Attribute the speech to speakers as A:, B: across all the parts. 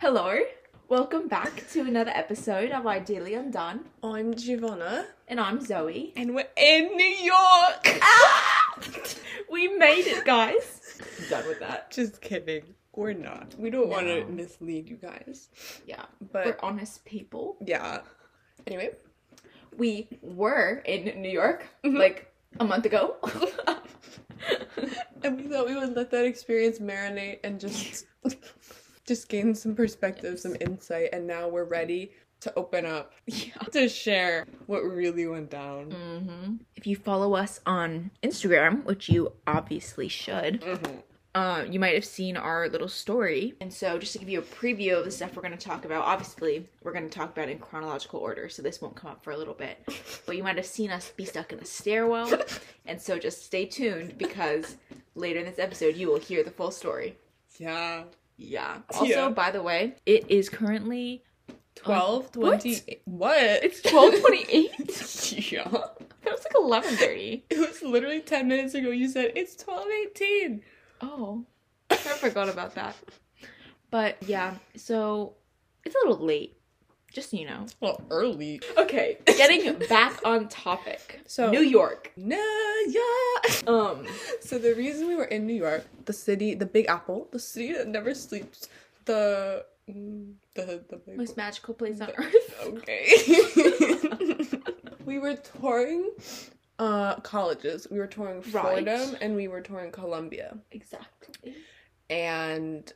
A: Hello, welcome back to another episode of Ideally Undone,
B: I'm Giovanna,
A: and I'm Zoe.
B: and we're in New York.
A: We made it, guys. Done with that.
B: Just kidding. We're not. We don't want
A: No.
B: to mislead you guys.
A: Yeah,
B: But
A: we're honest people.
B: yeah. Anyway,
A: We were in New York like a month ago.
B: and we thought we would let that experience marinate and just just gain some perspective, some insight, and now we're ready to open up
A: yeah.
B: to share what really went down.
A: hmm If you follow us on Instagram, which you obviously should,
B: Mhm.
A: um, you might have seen our little story. And so, just to give you a preview of the stuff we're going to talk about, obviously, we're going to talk about in chronological order, so this won't come up for a little bit. But you might have seen us be stuck in a stairwell. and so, just stay tuned because later in this episode, you will hear the full story.
B: Yeah.
A: Yeah. Also,
B: Yeah.
A: by the way, it is currently
B: 12,
A: what?
B: 20 Um, What?
A: it's twelve twenty-eight.
B: yeah.
A: that was like eleven thirty.
B: It was literally 10 minutes ago you said it's 12:18.
A: Oh, I forgot about that. But yeah, so it's a little late, just so you know.
B: Well, early.
A: Okay, getting back on topic.
B: So-
A: New York.
B: No, yeah.
A: Um,
B: So the reason we were in New York, the city, the Big Apple, the city that never sleeps, the mm, the the Big
A: most magical place on earth.
B: okay. we were touring uh colleges. We were touring
A: Right.
B: Fordham and we were touring Columbia,
A: Exactly.
B: and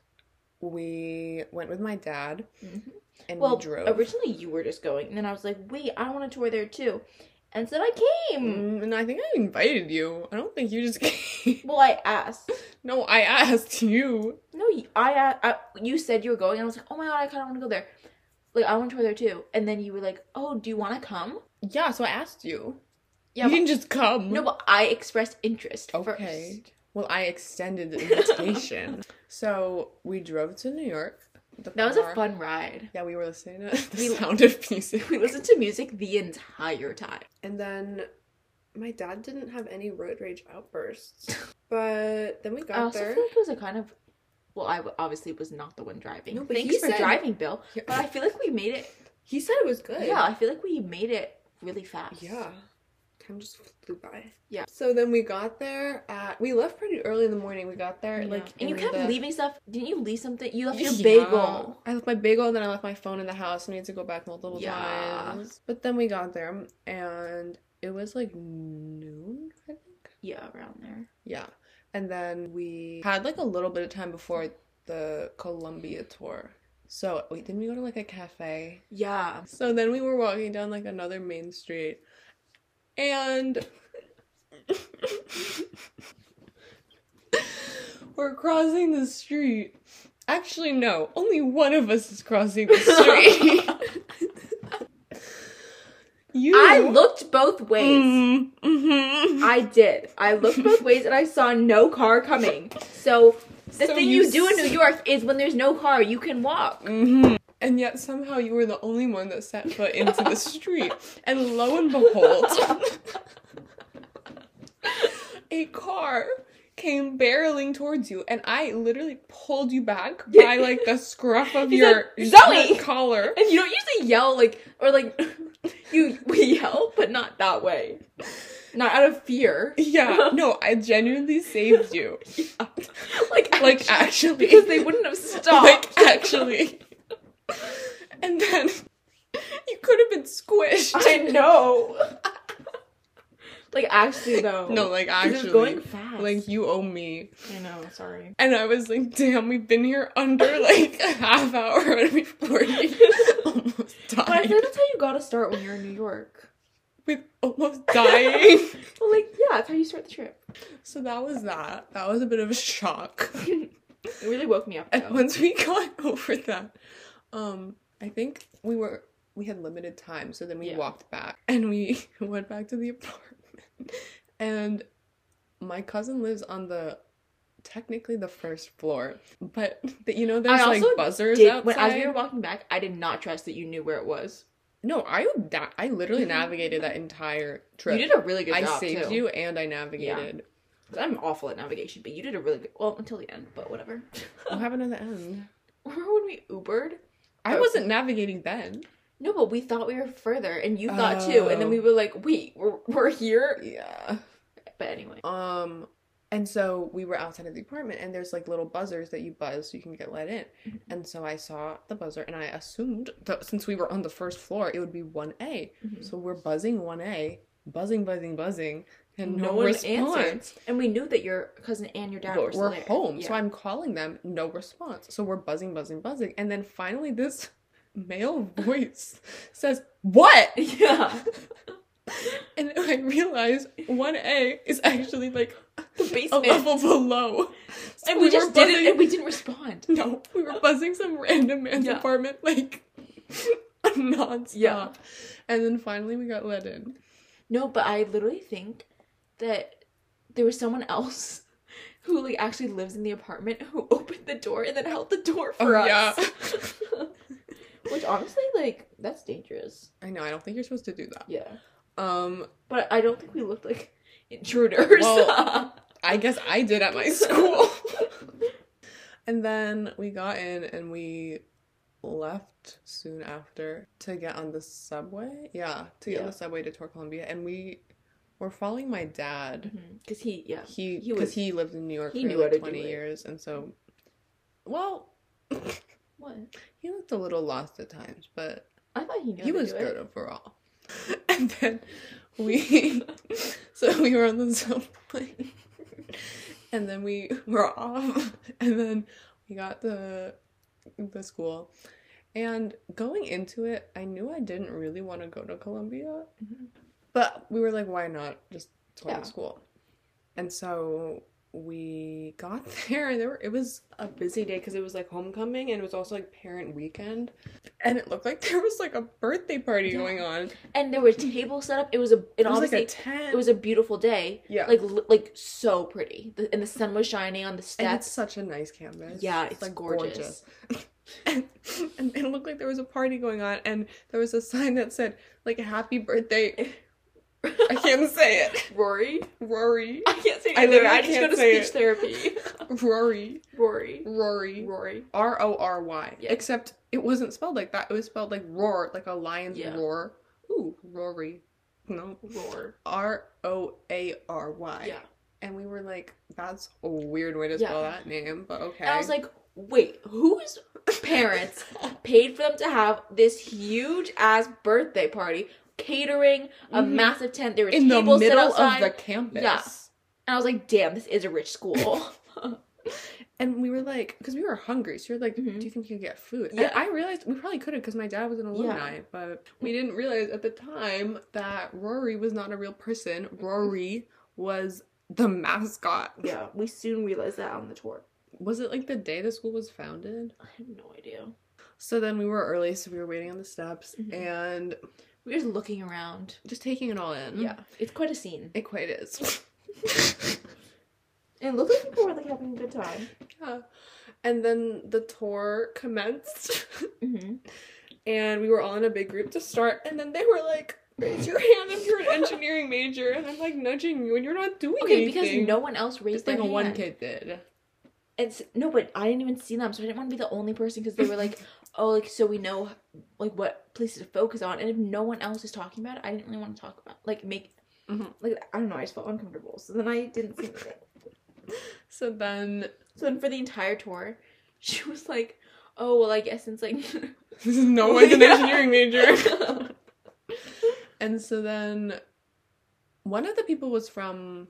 B: we went with my dad
A: Mhm.
B: and
A: Well,
B: we drove.
A: originally you were just going, and then I was like, wait, I want to tour there too, and so I came.
B: Mm, and I think I invited you. I don't think you just came.
A: Well, I asked.
B: no, I asked you.
A: No, you- I, uh, I you said you were going, and I was like, oh my god, I kind of want to go there. Like, I want to tour there too. And then you were like, oh, do you want to come?
B: Yeah, so I asked you.
A: Yeah,
B: you
A: but-
B: didn't just come.
A: No, but I expressed interest
B: Okay. Well, I extended the invitation. so we drove to New York. The
A: first. That was a
B: car-
A: fun ride.
B: Yeah, we were listening to the
A: We-
B: sound of music.
A: We listened to music the entire time.
B: And then my dad didn't have any road rage outbursts. But then we
A: I
B: got
A: also
B: there.
A: feel like it was a kind of. Well, I w- obviously was not the one driving.
B: No, but
A: Thanks
B: he
A: for
B: said-
A: driving, Bill.
B: Yeah.
A: But I feel like we made it.
B: He said it was good.
A: Yeah, I feel like we made it really fast.
B: Yeah. Time just flew by.
A: Yeah.
B: So then we got there at we left pretty early in the morning. We got there
A: Yeah.
B: like
A: and you
B: in
A: kept
B: the-
A: leaving stuff. Didn't you leave something? You left your
B: Yeah.
A: bagel.
B: I left my bagel and then I left my phone in the house and I had to go back multiple
A: Yeah.
B: times. But then we got there and it was like noon, I think.
A: Yeah, around there.
B: Yeah. And then we had like a little bit of time before the Columbia tour. So wait, didn't we go to like a cafe?
A: Yeah.
B: So then we were walking down like another main street and we're crossing the street. Actually, no, only one of us is crossing the street. you.
A: I looked both ways.
B: Mm, mhm.
A: I did. I looked both ways and I saw no car coming. So the
B: So
A: thing
B: you
A: you do in New
B: s-
A: York is when there's no car, you can walk.
B: Mhm. And yet somehow you were the only one that set foot into the street. And lo and behold, a car came barreling towards you, and I literally pulled you back by like the scruff of
A: He
B: your,
A: said, "Zoe!"
B: your collar.
A: And you don't usually yell like or like you we yell, but not that way. Not out of fear.
B: Yeah, no, I genuinely saved you.
A: Like
B: Like
A: actually,
B: actually,
A: because they wouldn't have stopped.
B: like actually. And then you could have been squished.
A: I know. like actually though.
B: No, like
A: This is
B: actually,
A: going fast.
B: like you owe me.
A: I know, sorry.
B: And I was like, damn, we've been here under like a half hour and we've already almost
A: But I
B: died.
A: feel like that's how you gotta start when you're in New York.
B: With almost dying.
A: Well, like, yeah, that's how you start the trip.
B: so that was that. That was a bit of a shock.
A: It really woke me up.
B: And
A: Though.
B: once we got over that, um, I think we were we had limited time, so then we
A: Yeah.
B: walked back and we went back to the apartment. And my cousin lives on the technically the first floor, but the, you know there's like
A: also
B: buzzers
A: Did,
B: outside.
A: when as we were walking back, I did not trust that you knew where it was.
B: No, I na- I literally navigated that entire trip.
A: You did a really good
B: I
A: job
B: saved
A: too.
B: you and I navigated.
A: 'Cause I'm awful at navigation, but you did a really good. Well, until the end, but whatever.
B: What happened at the end?
A: Remember when we Ubered?
B: I wasn't navigating then.
A: No, but we thought we were further, and you thought too, and then
B: Oh.
A: we were like, "Wait, we're we're here."
B: Yeah.
A: But anyway,
B: Um, and so we were outside of the apartment, and there's like little buzzers that you buzz so you can get let in.
A: Mhm.
B: And so I saw the buzzer, and I assumed that since we were on the first floor, it would be one A.
A: Mm-hmm.
B: So we're buzzing one A, buzzing, buzzing, buzzing, and no,
A: No one
B: response.
A: answered. and we knew that your cousin and your dad
B: But
A: were, still
B: we're
A: there.
B: home, so
A: Yeah.
B: I'm calling them, no response. So we're buzzing, buzzing, buzzing, and then finally this male voice says, "What?"
A: yeah,
B: And I realize 1A is actually like
A: the
B: a
A: basement,
B: level below. So
A: and we,
B: were
A: just didn't,
B: buzzing-
A: and we didn't respond.
B: No, we were buzzing some random man's
A: Yeah.
B: apartment like nonstop.
A: Yeah.
B: And then finally we got let in.
A: No, but I literally think that there was someone else who like actually lives in the apartment who opened the door and then held the door for
B: Oh,
A: us. Which honestly, like, that's dangerous.
B: I know, I don't think you're supposed to do that.
A: Yeah.
B: Um,
A: But I don't think we looked like intruders.
B: Well, I guess I did at my school. and then we got in and we left soon after to get on the subway. Yeah, to get on
A: Yeah.
B: the subway to Tor Columbia and we were following my dad.
A: Because he, yeah.
B: He
A: He
B: because
A: was-
B: he, lived in New York
A: he
B: for
A: knew
B: like
A: how to do
B: 20
A: it.
B: years and so well
A: What?
B: he looked a little lost at times, but
A: I thought he knew.
B: he
A: how to
B: was
A: do It.
B: good overall. And then we, so we were on the subway, and then we were off, and then we got the the school. And going into it, I knew I didn't really want to go to Columbia,
A: Mhm.
B: but we were like, why not just go
A: Yeah.
B: to school? And so we got there, and there were, it was a busy day because it was like homecoming, and it was also like parent weekend, and it looked like there was like a birthday party
A: Yeah.
B: going on.
A: And there were tables set up. It was a. It,
B: It was like
A: obviously.
B: a tent.
A: it was a beautiful day.
B: yeah.
A: Like li- like so pretty, the, and the sun was shining on the
B: and
A: steps.
B: it's such a nice canvas.
A: yeah, it's gorgeous.
B: and, and it looked like there was a party going on, and there was a sign that said like "Happy Birthday." I can't say it.
A: Rory,
B: Rory,
A: I can't say it
B: I
A: either.
B: literally
A: I, just go
B: can't
A: to
B: say
A: speech therapy.
B: Rory,
A: Rory,
B: Rory,
A: Rory.
B: R O R Y.
A: Yeah.
B: Except it wasn't spelled like that. It was spelled like roar, like a lion's
A: Yeah.
B: roar. Ooh, Rory. No,
A: Roar.
B: R O A R Y.
A: Yeah.
B: And we were like, that's a weird way to
A: Yeah.
B: spell that name, but okay.
A: And I was like, wait, whose parents paid for them to have this huge ass birthday party, catering, a
B: Mhm.
A: massive tent, there was
B: in the
A: tables set
B: middle of
A: outside.
B: the campus.
A: Yeah. And I was like, damn, this is a rich school.
B: And we were like, because we were hungry, so we were like,
A: Mhm.
B: do you think you could get food?
A: Yeah.
B: And I realized we probably could have because my dad was an alumni, but we didn't realize at the time that Rory was not a real person. Rory was the mascot.
A: yeah, we soon realized that on the tour.
B: Was it like the day the school was founded?
A: I have no idea.
B: So then we were early, so we were waiting on the steps
A: Mhm.
B: and
A: We were just looking around.
B: just taking it all in.
A: Yeah, it's quite a scene.
B: It quite is.
A: And it looked like people were like having a good time.
B: yeah. And then the tour commenced.
A: Mm-hmm.
B: and we were all in a big group to start and then they were like raise your hand if you're an engineering major and i'm like nudging you and you're not doing
A: Okay,
B: anything
A: because no one else raised
B: just like
A: their
B: a
A: hand.
B: one kid did
A: It's no, but I didn't even see them, so I didn't want to be the only person because they were like, "Oh, like so we know, like what places to focus on." And if no one else is talking about it, I didn't really want to talk about, like make,
B: Mhm.
A: like I don't know. I just felt uncomfortable, so then I didn't say anything.
B: so then
A: So then for the entire tour, she was like, "Oh well, I guess since like,
B: this is no one's an
A: Yeah.
B: engineering major and so then one of the people was from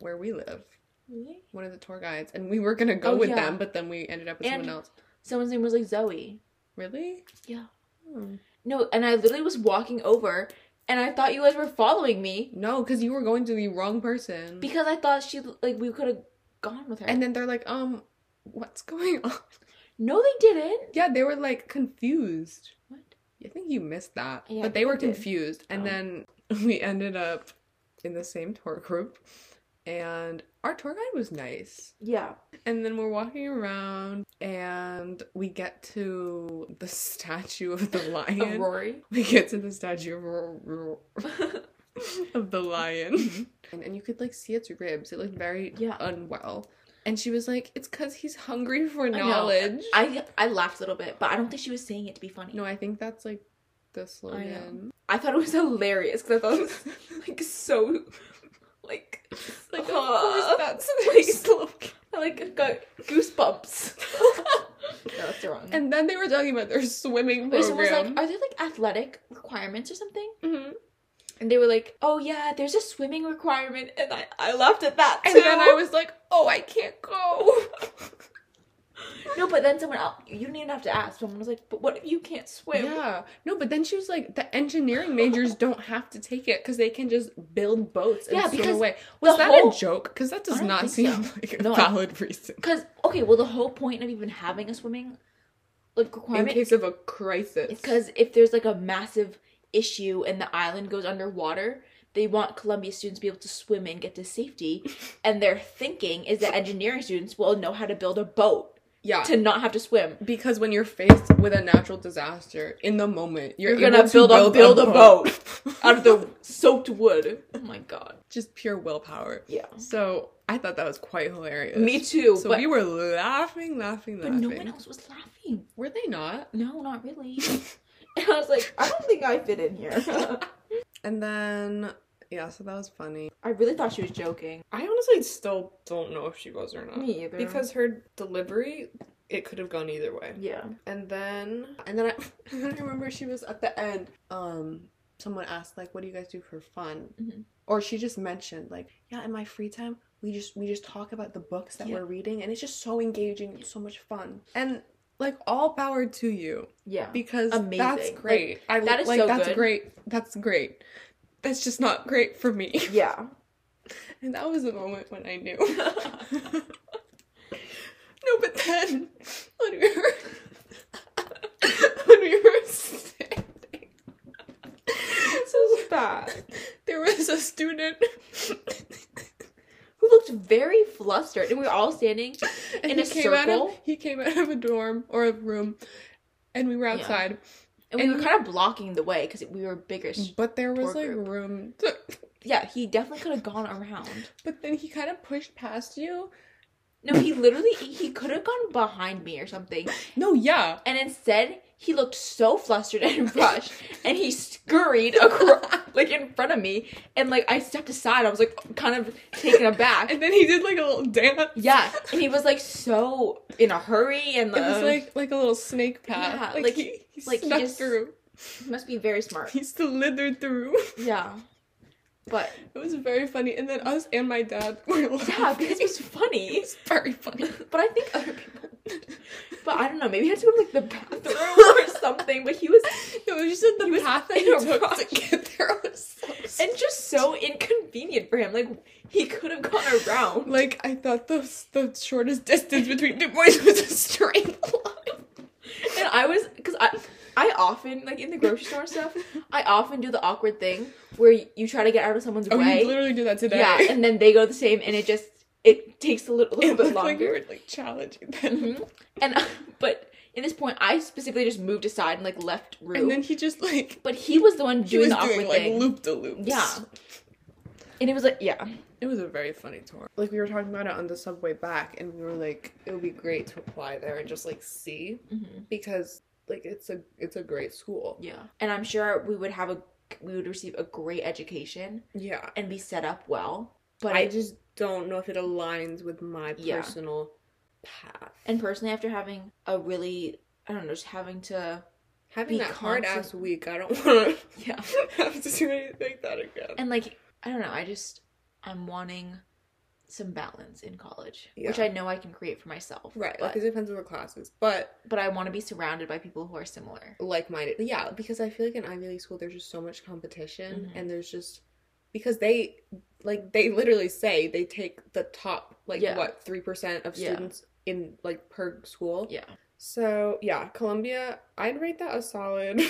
B: where we live
A: really?"
B: one of the tour guides and we were gonna go
A: Oh,
B: with
A: yeah.
B: them but then we ended up with
A: And-
B: someone else
A: Someone's name was like Zoe.
B: really
A: Yeah.
B: Hmm.
A: No, and I literally was walking over, and I thought you guys were following me
B: no because you were going to the wrong person
A: because I thought she like we could have gone with her.
B: and then they're like um what's going on
A: no, they didn't.
B: yeah they were like confused
A: What?
B: I think you missed that.
A: Yeah, I
B: but they
A: think
B: were
A: I did.
B: confused. And
A: Oh.
B: then we ended up in the same tour group. And our tour guide was nice.
A: Yeah.
B: And then we're walking around and we get to the statue of the
A: Of
B: lion.
A: Rory.
B: We get to the statue of, Ro- Ro- of the lion. and, and you could like see its ribs. It looked very
A: Mm-hmm. Yeah.
B: unwell. And she was like, it's because he's hungry for
A: I know.
B: knowledge.
A: I I laughed a little bit, but I don't think she was saying it to be funny.
B: no, I think that's like the slogan.
A: I thought it was hilarious because I thought it was like so like
B: Like, of
A: Aw.
B: course, that's the slogan.
A: I like got goosebumps. no, that's the wrong.
B: And then they were talking about their swimming
A: But someone was like,
B: program.
A: "Are there like athletic requirements or something?"
B: Mhm.
A: And they were like, "Oh yeah, there's a swimming requirement," and I I laughed at that too.
B: And then I was like, oh, I can't go.
A: no, but then someone else you didn't even have to ask. Someone was like, "But what if you can't swim?"
B: Yeah. No, but then she was like, the engineering majors don't have to take it because they can just build boats and
A: Yeah,
B: swim
A: because
B: away. Was
A: the
B: that
A: whole-
B: a joke? Because that does
A: don't
B: not
A: think
B: seem
A: so.
B: like a
A: No, I-
B: valid reason.
A: Because okay, well the whole point of even having a swimming like
B: In
A: requirement
B: case of a crisis.
A: is because if there's like a massive issue and the island goes underwater, they want Columbia students to be able to swim and get to safety. and their thinking is that engineering students will know how to build a boat
B: yeah.
A: to not have to swim.
B: because when you're faced with a natural disaster in the moment, you're,
A: You're gonna
B: able to
A: build a build a boat out of
B: the
A: the soaked wood. Oh my god.
B: just pure willpower.
A: Yeah.
B: So I thought that was quite hilarious.
A: Me too.
B: So
A: but
B: we were laughing, laughing,
A: but
B: laughing.
A: no one else was laughing.
B: Were they not?
A: No, not really. and I was like, I don't think I fit in here.
B: And then yeah, so that was funny.
A: I really thought she was joking.
B: I honestly still don't know if she was or not.
A: Me either.
B: Because her delivery, it could have gone either way.
A: yeah.
B: And then and then I, and then I remember she was at the end. Um, someone asked like, "What do you guys do for fun?"
A: Mhm.
B: Or she just mentioned like, "Yeah, in my free time, we just we just talk about the books that
A: Yeah.
B: we're reading, and it's just so engaging, it's so much fun." And like all power to you
A: Yeah.
B: because that's
A: Amazing.
B: great. I
A: that is
B: like
A: so
B: that's
A: good.
B: great. That's great. That's just not great for me.
A: Yeah.
B: And that was the moment when I knew. no, but then when we were when we were standing,
A: so bad.
B: there was a student,
A: Who looked very flustered, and we were all standing.
B: and
A: In
B: he
A: a
B: came out of
A: circle?
B: he came out of a dorm or a room, and we were
A: Yeah.
B: outside.
A: And we
B: And
A: were
B: he- Mm.
A: kind of blocking the way because we were bigger.
B: But there was
A: Poor
B: like
A: group.
B: room. To,
A: Yeah, he definitely could have gone around.
B: but then he kind of pushed past you.
A: No, he literally he could have gone behind me or something.
B: No, yeah.
A: And instead, he looked so flustered and rushed, and he scurried across like in front of me. And like I stepped aside, I was like kind of taken aback.
B: And then he did like a little dance.
A: Yeah, and he was like so in a hurry, and
B: It was
A: uh,
B: like like a little snake path.
A: yeah,
B: like,
A: like-
B: he, he
A: like he
B: snuck
A: just-
B: through.
A: he must be very smart.
B: He slithered through.
A: Yeah, but
B: It was very funny. And then us and my dad were laughing.
A: yeah, because it was
B: it
A: funny.
B: was very funny.
A: But I think other people. But I don't know. Maybe I had to go to like the bathroom or something. But he was
B: It was just that the
A: was
B: path that he
A: in a
B: took
A: rush.
B: to get there was so
A: and just so inconvenient for him. Like he could have gone around.
B: like I thought the the shortest distance between two boys was a straight line.
A: And I was because I I often like in the grocery store and stuff. I often do the awkward thing where you try to get out of someone's
B: Oh,
A: way.
B: you literally did that today.
A: Yeah, and then they go the same, and it just it takes a little, little
B: it
A: bit
B: looked like we
A: longer.
B: were like challenging them.
A: Mhm. And but in this point, I specifically just moved aside and like left room.
B: And then he just like
A: but he was the one
B: he
A: doing
B: was
A: the awkward
B: doing like
A: thing.
B: loop de loops.
A: Yeah. And it was like, yeah.
B: It was a very funny tour. Like we were talking about it on the subway back, and we were like, it would be great to apply there and just like see
A: Mm-hmm.
B: because like it's a it's a great school.
A: Yeah. And I'm sure we would have a we would receive a great education
B: Yeah,
A: and be set up well. But I
B: I, just don't know if it aligns with my
A: Yeah.
B: personal path.
A: and personally after having a really I don't know, just having to
B: having
A: be
B: that hard ass
A: constant-
B: week, I don't want
A: Yeah.
B: to have to do anything like that again.
A: And like I don't know, I just I'm wanting some balance in college.
B: Yeah.
A: Which I know I can create for myself.
B: Right, like
A: But,
B: it depends on the classes, but
A: but I want to be surrounded by people who are similar.
B: like-minded. Yeah, because I feel like in Ivy League school, there's just so much competition,
A: Mhm.
B: and there's just because they like they literally say they take the top like
A: Yeah.
B: what three percent of
A: Yeah.
B: students in like per school.
A: Yeah.
B: So yeah, Columbia, I'd rate that a solid.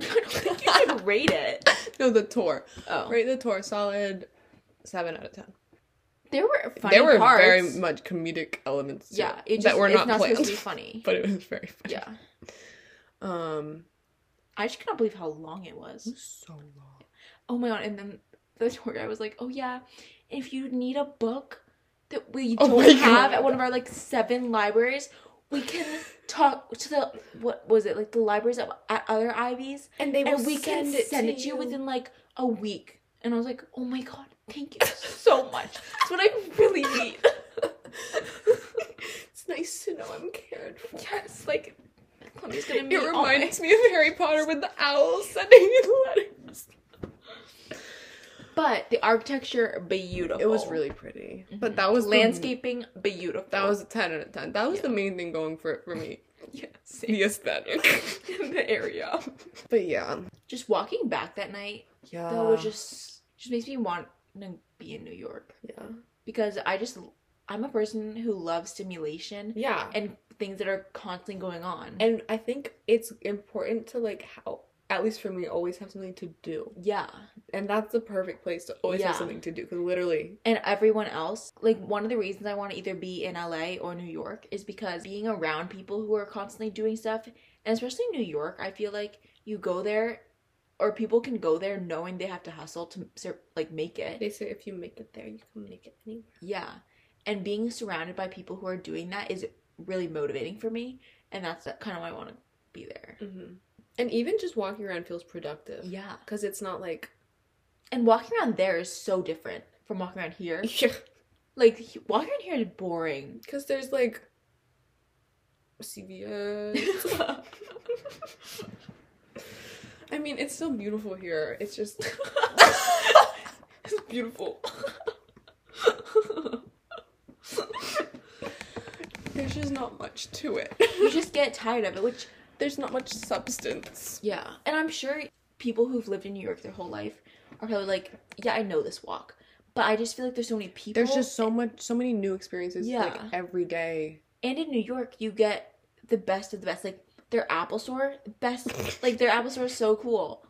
A: I don't think you should rate it.
B: no, the tour.
A: Oh.
B: Rate the tour solid seven out of ten.
A: There were funny
B: there were
A: parts.
B: very much comedic elements. To
A: yeah,
B: it
A: it just,
B: that were
A: it's
B: not,
A: not, supposed
B: planned,
A: to be funny.
B: but it was very funny.
A: yeah.
B: Um,
A: I just cannot believe how long it
B: it
A: was.
B: was so long.
A: Oh my god! And then the tour guy was like, "Oh yeah, if you need a book, that we
B: Oh
A: don't
B: my
A: have
B: God.
A: at one of our like seven libraries. We can talk to the what was it like the libraries of at other Ivies,
B: And they
A: and we can send it to you within like a week. And I was like, oh my god, thank you so much. That's what I really need.
B: It's nice to know I'm cared for.
A: yes, like Chloe's gonna meet
B: It
A: all my-
B: reminds me of Harry Potter with the owl sending me the letters.
A: But the architecture beautiful.
B: It was really pretty,
A: Mhm.
B: but that was the-
A: landscaping beautiful.
B: that was a ten out of ten. That was
A: Yeah.
B: the main thing going for it for me.
A: yes
B: The aesthetic.
A: in the area.
B: but yeah,
A: Just walking back that night
B: yeah,
A: though was just just makes me want to be in New York
B: yeah,
A: because I just I'm a person who loves stimulation
B: yeah.
A: and things that are constantly going on.
B: And I think it's important to like how at least for me always have something to do.
A: yeah.
B: And that's the perfect place to always have
A: Yeah.
B: something to do cuz literally
A: and everyone else like one of the reasons i want to either be in la or new york is because being around people who are constantly doing stuff and especially new york i feel like you go there or people can go there knowing they have to hustle to sur- like make it
B: they say if you make it there you can make it anywhere.
A: yeah and being surrounded by people who are doing that is really motivating for me and that's kind of why i want to be there
B: Mm-hmm. And even just walking around feels productive
A: yeah
B: cuz it's not like
A: and walking around there is so different from walking around here like he- walking around here is boring
B: cuz there's like CVS. I mean, it's still beautiful here. It's just
A: it's beautiful.
B: there's just not much to it.
A: you just get tired of it, which
B: there's not much substance.
A: yeah, and I'm sure people who've lived in New York their whole life are probably like, yeah, I know this walk, but I just feel like there's so many people.
B: There's just so much so many new experiences
A: Yeah.
B: like every day.
A: and in New York you get the best of the best, like their Apple Store, best like their Apple Store is so cool,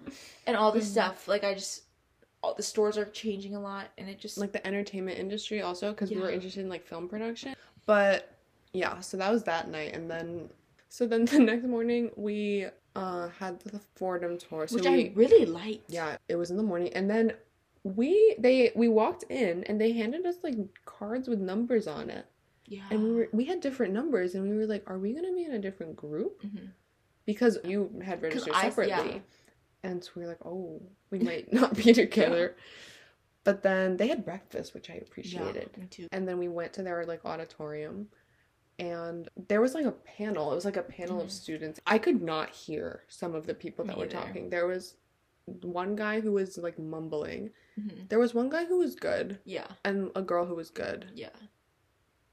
A: and all this
B: Mhm.
A: stuff. Like I just, all the stores are changing a lot, and it just
B: like the entertainment industry also because we were
A: Yeah.
B: interested in like film production but yeah so that was that night and then so then the next morning we uh had the fordham tour so
A: which
B: we,
A: I really like.
B: yeah it was in the morning and then we they we walked in and they handed us like cards with numbers on it
A: yeah.
B: and we were we had different numbers and we were like are we gonna be in a different group
A: Mhm.
B: because you had registered
A: I- yeah.
B: separately. And so we were like, oh, we might not be together. But then they had breakfast, which I appreciated.
A: Yeah, me too.
B: And then we went to their like auditorium and there was like a panel. It was like a panel
A: Mhm.
B: of students. I could not hear some of the people that
A: Me
B: were
A: either.
B: talking. There was one guy who was like mumbling.
A: Mhm.
B: There was one guy who was good
A: Yeah,
B: and a girl who was good.
A: yeah,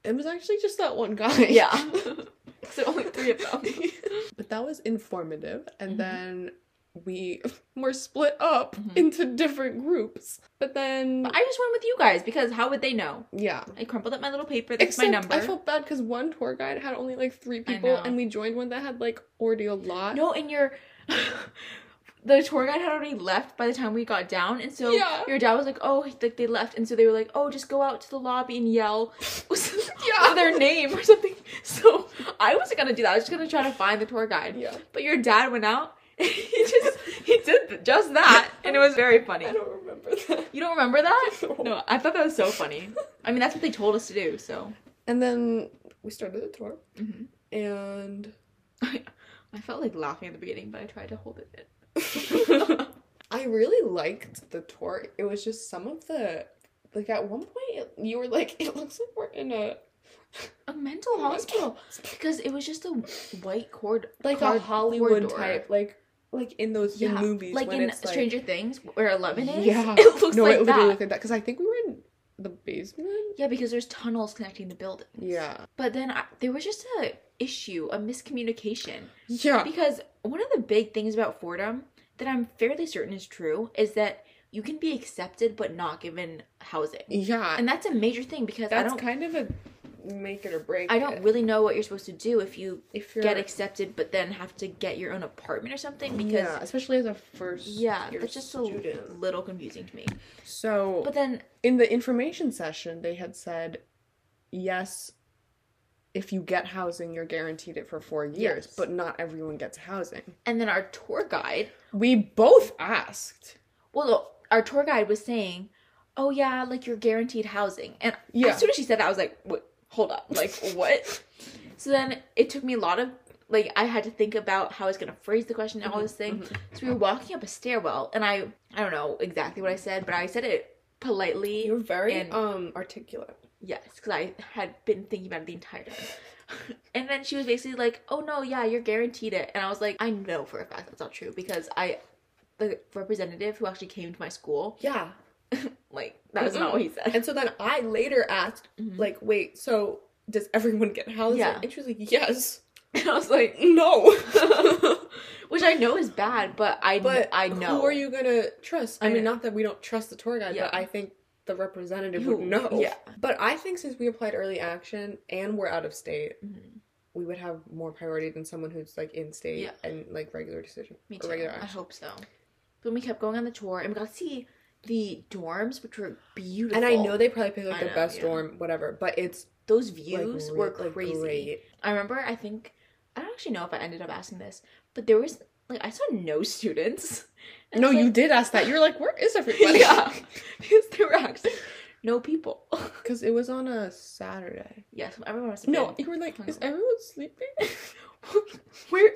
B: It was actually just that one guy.
A: so only three of them.
B: But that was informative. And
A: Mhm.
B: then we were split up
A: Mhm.
B: into different groups. But then,
A: But I just went with you guys because how would they know?
B: yeah.
A: I crumpled up my little paper. That's my number.
B: I felt bad because one tour guide had only like three
A: I
B: people,
A: know.
B: and we joined one that had like already a lot.
A: no, and your the tour guide had already left by the time we got down, and so
B: Yeah.
A: your dad was like, "Oh, like they left," and so they were like, "Oh, just go out to the lobby and yell."
B: Yeah.
A: their name or something. So I wasn't gonna do that. I was just gonna try to find the tour guide.
B: Yeah.
A: But your dad went out. And he just he did just that, and it was very funny.
B: I don't remember that.
A: You don't remember that?
B: No.
A: No, I thought that was so funny. I mean, that's what they told us to do. So
B: And then we started the tour,
A: Mhm.
B: and
A: I felt like laughing at the beginning, but I tried to hold it in.
B: I really liked the tour. It was just some of the like at one point it, you were like, it looks like we're in a
A: a mental hospital because it was just a white cord,
B: like a
A: card-
B: Hollywood
A: corridor.
B: type, like like in those
A: yeah,
B: movies,
A: like
B: when
A: in
B: it's,
A: Stranger Things, where Eleven is.
B: Yeah,
A: it looks
B: no,
A: like that.
B: it literally looked like that because I think we were in the basement.
A: yeah, because there's tunnels connecting the buildings.
B: Yeah,
A: but then I, there was just a issue, a miscommunication.
B: yeah,
A: Because one of the big things about Fordham that I'm fairly certain is true is that you can be accepted but not given housing.
B: yeah.
A: And that's a major thing because I
B: That's
A: don't
B: kind of a make it or break.
A: I don't
B: it.
A: really know what you're supposed to do if you
B: if you're
A: get accepted but then have to get your own apartment or something
B: yeah,
A: because
B: especially as a first
A: yeah,
B: year
A: that's just
B: student.
A: a little confusing to me.
B: so.
A: But then
B: in the information session, they had said, yes, if you get housing, you're guaranteed it for four years,
A: Yes.
B: but not everyone gets housing.
A: and then our tour guide
B: We both asked.
A: Well, no, our tour guide was saying, oh yeah, like you're guaranteed housing. And
B: Yeah.
A: as soon as she said that, I was like, Wait, hold up, like what? so then it took me a lot of like I had to think about how I was gonna phrase the question
B: Mm-hmm,
A: and all this thing. So we were walking up a stairwell, and I I don't know exactly what I said, but I said it politely.
B: You're very
A: And-
B: um articulate.
A: Yes, because I had been thinking about it the entire time. and then she was basically like, "Oh no, yeah, you're guaranteed it." And I was like, "I know for a fact that's not true because I, the representative who actually came to my school,
B: Yeah.
A: like that was not what he said."
B: And so then I later asked,
A: Mhm.
B: like, wait, so does everyone get housing?
A: Yeah.
B: And she was like, yes.
A: And I was like,
B: No.
A: which I know is bad, but I
B: but
A: I know
B: Who are you gonna trust?
A: I
B: I, mean,
A: know.
B: not that we don't trust the tour guide, but
A: Yeah.
B: I think the representative
A: You-
B: would know.
A: yeah.
B: But I think since we applied early action and we're out of state,
A: Mhm.
B: we would have more priority than someone who's like in state
A: Yeah.
B: and like regular decision.
A: Me
B: or
A: too.
B: Regular
A: I
B: action.
A: hope so. Then we kept going on the tour, and we got to see the dorms, which were beautiful.
B: And I know they probably picked
A: I
B: like the
A: know,
B: best
A: yeah.
B: dorm, whatever. But it's
A: those
B: like,
A: views
B: re-
A: were
B: like,
A: crazy.
B: great.
A: I remember, I think, I don't actually know if I ended up asking this, but there was, like, I saw no students. And
B: No,
A: it's
B: you
A: like-
B: did ask that. You're like, where is everybody?
A: yeah, because there were actually no people.
B: Because it was on a Saturday.
A: yes, everyone was.
B: No, you were like, is everyone sleeping?
A: Where?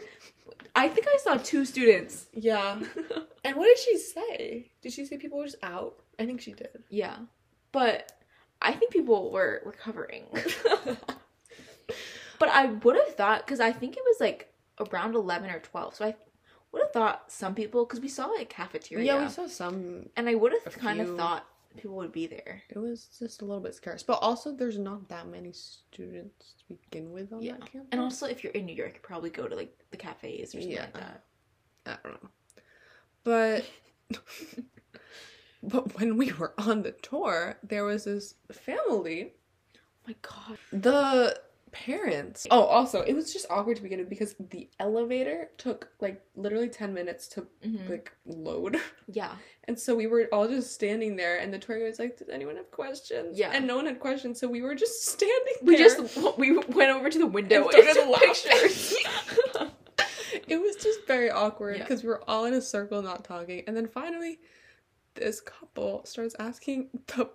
A: I think I saw two students.
B: yeah. And what did she say? Did she say people were just out? I think she did.
A: yeah, but I think people were recovering. but I would have thought, because I think it was like around 11 or 12, so I would have thought some people, because we saw like cafeteria.
B: yeah, we saw some.
A: And I would
B: A
A: have kind
B: few.
A: of thought people would be there.
B: It was just a little bit scarce. But also, there's not that many students to begin with on
A: Yeah.
B: that campus.
A: And also, if you're in New York, you probably go to like the cafes or something
B: Yeah.
A: like that.
B: I don't know. But but when we were on the tour, there was this family,
A: Oh my god.
B: the parents. Oh, also, it was just awkward to begin with because the elevator took like literally 10 minutes to
A: Mhm.
B: like load.
A: Yeah.
B: And so we were all just standing there and the tour guide was like, "Does anyone have questions?"
A: Yeah.
B: And no one had questions, so we were just standing
A: We
B: there.
A: just we went over to the window
B: And
A: and,
B: started
A: took pictures.
B: It was just very awkward
A: Yeah.
B: because we were all in a circle not talking. And then finally, this couple starts asking the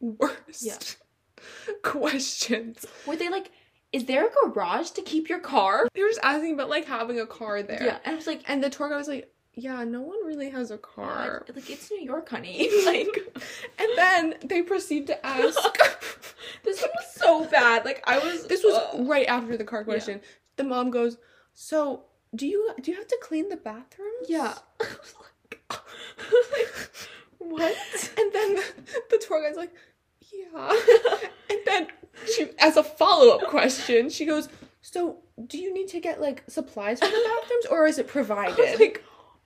B: worst questions.
A: Were they like, is there a garage to keep your car?
B: They were just asking about like having a car there.
A: Yeah. And I was like, "Oh
B: And the tour guide was like, Yeah, no one really has a car.
A: God, like it's New York, honey. Like
B: And then they proceed to ask
A: this one was so bad. Like I was
B: this was
A: Ugh.
B: right after the car
A: Yeah.
B: question. The mom goes, So do you do you have to clean the bathrooms?
A: Yeah. I was like- I was like, what?
B: And then the, the tour guide's like, yeah. And then she, as a follow up question, she goes, so do you need to get like supplies for the bathrooms or is it
A: I was
B: provided?
A: like,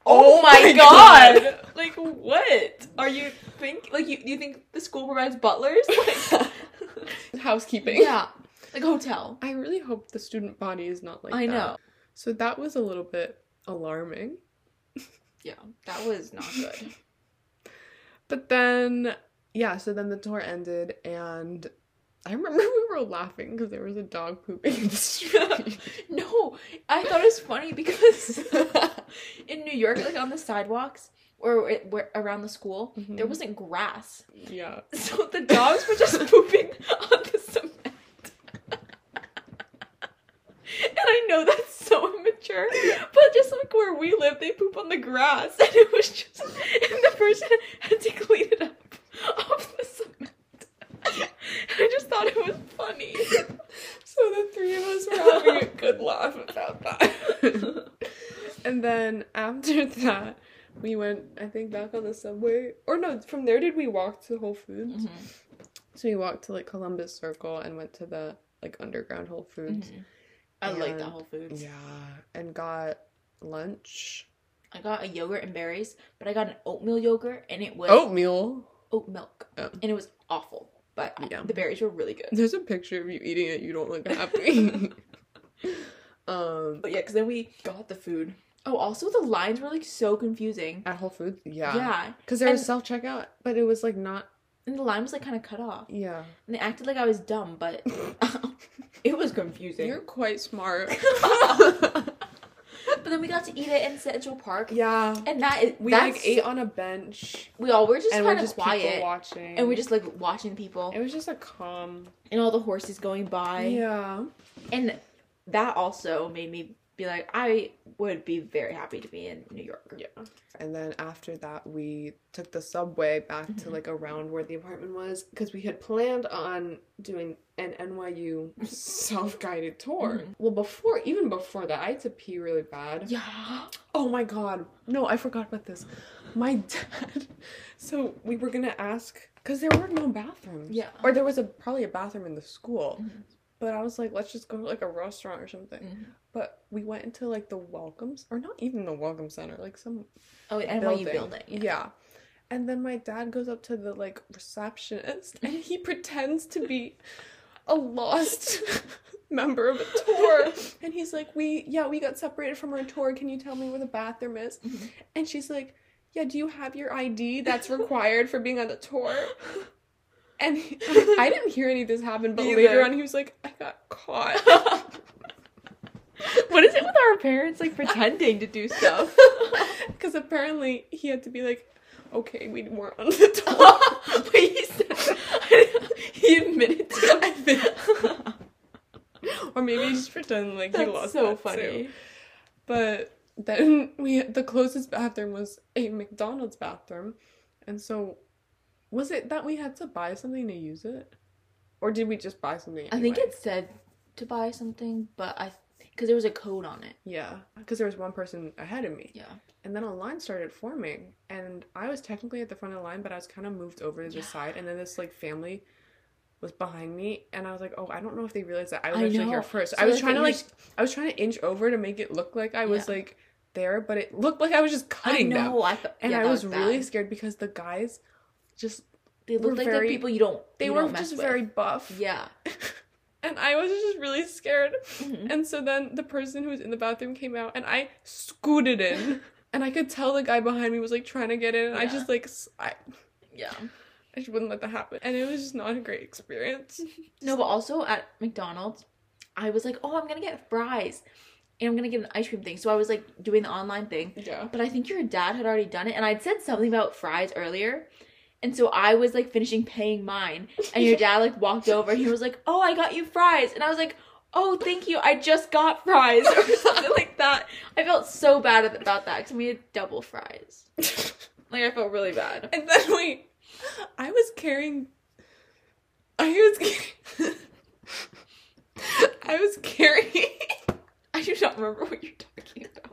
B: Oh
A: oh,
B: my
A: my god. Like what? Are you think like you you think the school provides butlers? Like
B: Housekeeping.
A: Yeah. Like a hotel.
B: I really hope the student body is not like
A: I
B: that.
A: know.
B: So that was a little bit alarming.
A: Yeah. That was not good.
B: But then, yeah, so then the tour ended and I remember we were laughing because there was a dog pooping in the street.
A: no. I thought it was funny because in New York, like on the sidewalks or it- where, around the school,
B: Mhm.
A: there wasn't grass.
B: yeah.
A: So the dogs were just pooping on the cement. And I know that's so immature, but just like where we live, they poop on the grass, and it was just, and the person had to clean it up off the cement. And I just thought it was funny.
B: So the three of us were having a good laugh about that. and then after that, we went, I think, back on the subway. Or no, from there did we walk to Whole Foods?
A: Mm-hmm.
B: So we walked to like Columbus Circle and went to the like underground Whole Foods.
A: I like
B: And-
A: that Whole Foods.
B: Yeah. And got lunch.
A: I got a yogurt and berries, but I got an oatmeal yogurt, and it was
B: Oatmeal.
A: oat milk,
B: Oh.
A: and it was awful. But
B: Yeah.
A: the berries were really good.
B: There's a picture of you eating it. You don't look happy. um,
A: But yeah, because then we got the food. Oh, also the lines were like so confusing.
B: at Whole Foods,
A: Yeah.
B: yeah, because there was
A: And-
B: self checkout, but it was like not,
A: And the line was like kind of cut off.
B: yeah.
A: And they acted like I was dumb, but it was confusing.
B: You're quite smart.
A: but But then we got to eat it in Central Park,
B: Yeah.
A: and that is
B: We
A: that's,
B: like ate on a bench
A: We all were just kind
B: and we're
A: of
B: just people
A: quiet,
B: watching.
A: and we just like watching people
B: it was just a calm.
A: and all the horses going by,
B: yeah.
A: and that also made me be like, I would be very happy to be in New York.
B: Yeah. And then after that, we took the subway back to
A: Mhm.
B: like around where the apartment was because we had planned on doing an NYU self guided tour.
A: Mhm.
B: Well, before, even before that, I had to pee really bad.
A: Yeah.
B: Oh my god. No, I forgot about this. My dad. So we were gonna ask because there were no bathrooms.
A: Yeah.
B: Or there was a probably a bathroom in the school.
A: Mhm.
B: But I was like, let's just go to like a restaurant or something.
A: Mhm.
B: But we went into like the welcomes or not even the welcome center, like some
A: Oh, and
B: building.
A: NYU building.
B: Yeah. And then my dad goes up to the like receptionist and he pretends to be a lost member of a tour. And he's like, We yeah, we got separated from our tour. Can you tell me where the bathroom is?
A: Mhm.
B: And she's like, Yeah, do you have your ID that's required for being on the tour? And he, I didn't hear any of this happen, but
A: Me
B: later
A: either.
B: on he was like, I got caught.
A: what is it with our parents like pretending to do stuff?
B: Because apparently he had to be like, Okay, we weren't on the tour.
A: but he said he admitted to
B: I
A: it.
B: Or maybe he just pretend like he
A: That's
B: lost.
A: so
B: that,
A: funny.
B: too. But then we the closest bathroom was a McDonald's bathroom, and so was it that we had to buy something to use it, or did we just buy something?
A: I think
B: anyway?
A: it said to buy something, but I because there was a code on it.
B: yeah, because there was one person ahead of me,
A: Yeah.
B: and then a line started forming, and I was technically at the front of the line, but I was kind of moved over to the
A: Yeah.
B: side, and then this like family. Was behind me, and I was like, "Oh, I don't know if they realized that I was
A: I
B: actually
A: know.
B: here first.
A: So
B: I was
A: that's
B: trying to
A: what you
B: like I was trying to inch over to make it look like I was
A: Yeah.
B: like there, but it looked like I was just
A: I
B: cutting them.
A: know. I thought,
B: And
A: yeah,
B: I
A: that
B: was, really
A: bad.
B: scared because the guys just
A: They
B: were
A: looked like
B: very-
A: the people you don't.
B: they
A: you
B: were
A: don't mess
B: just
A: with.
B: very buff.
A: Yeah.
B: And I was just really scared.
A: Mhm.
B: And so then the person who was in the bathroom came out and I scooted in. and I could tell the guy behind me was like trying to get in and I
A: Yeah.
B: just like s- I,
A: Yeah.
B: I just wouldn't let that happen. And it was just not a great experience.
A: No, but also at McDonald's, I was like, oh, I'm gonna get fries, and I'm gonna get an ice cream thing. So I was like doing the online thing,
B: Yeah.
A: but I think your dad had already done it, and I'd said something about fries earlier, and so I was like finishing paying mine, and your dad like walked over, and he was like, oh, I got you fries, and I was like. Oh, thank you! I just got fries or something like that. I felt so bad about that because we had double fries. Like I felt really bad.
B: And then we, I was carrying, I was, ca- I was carrying,
A: I do not remember what you're talking about.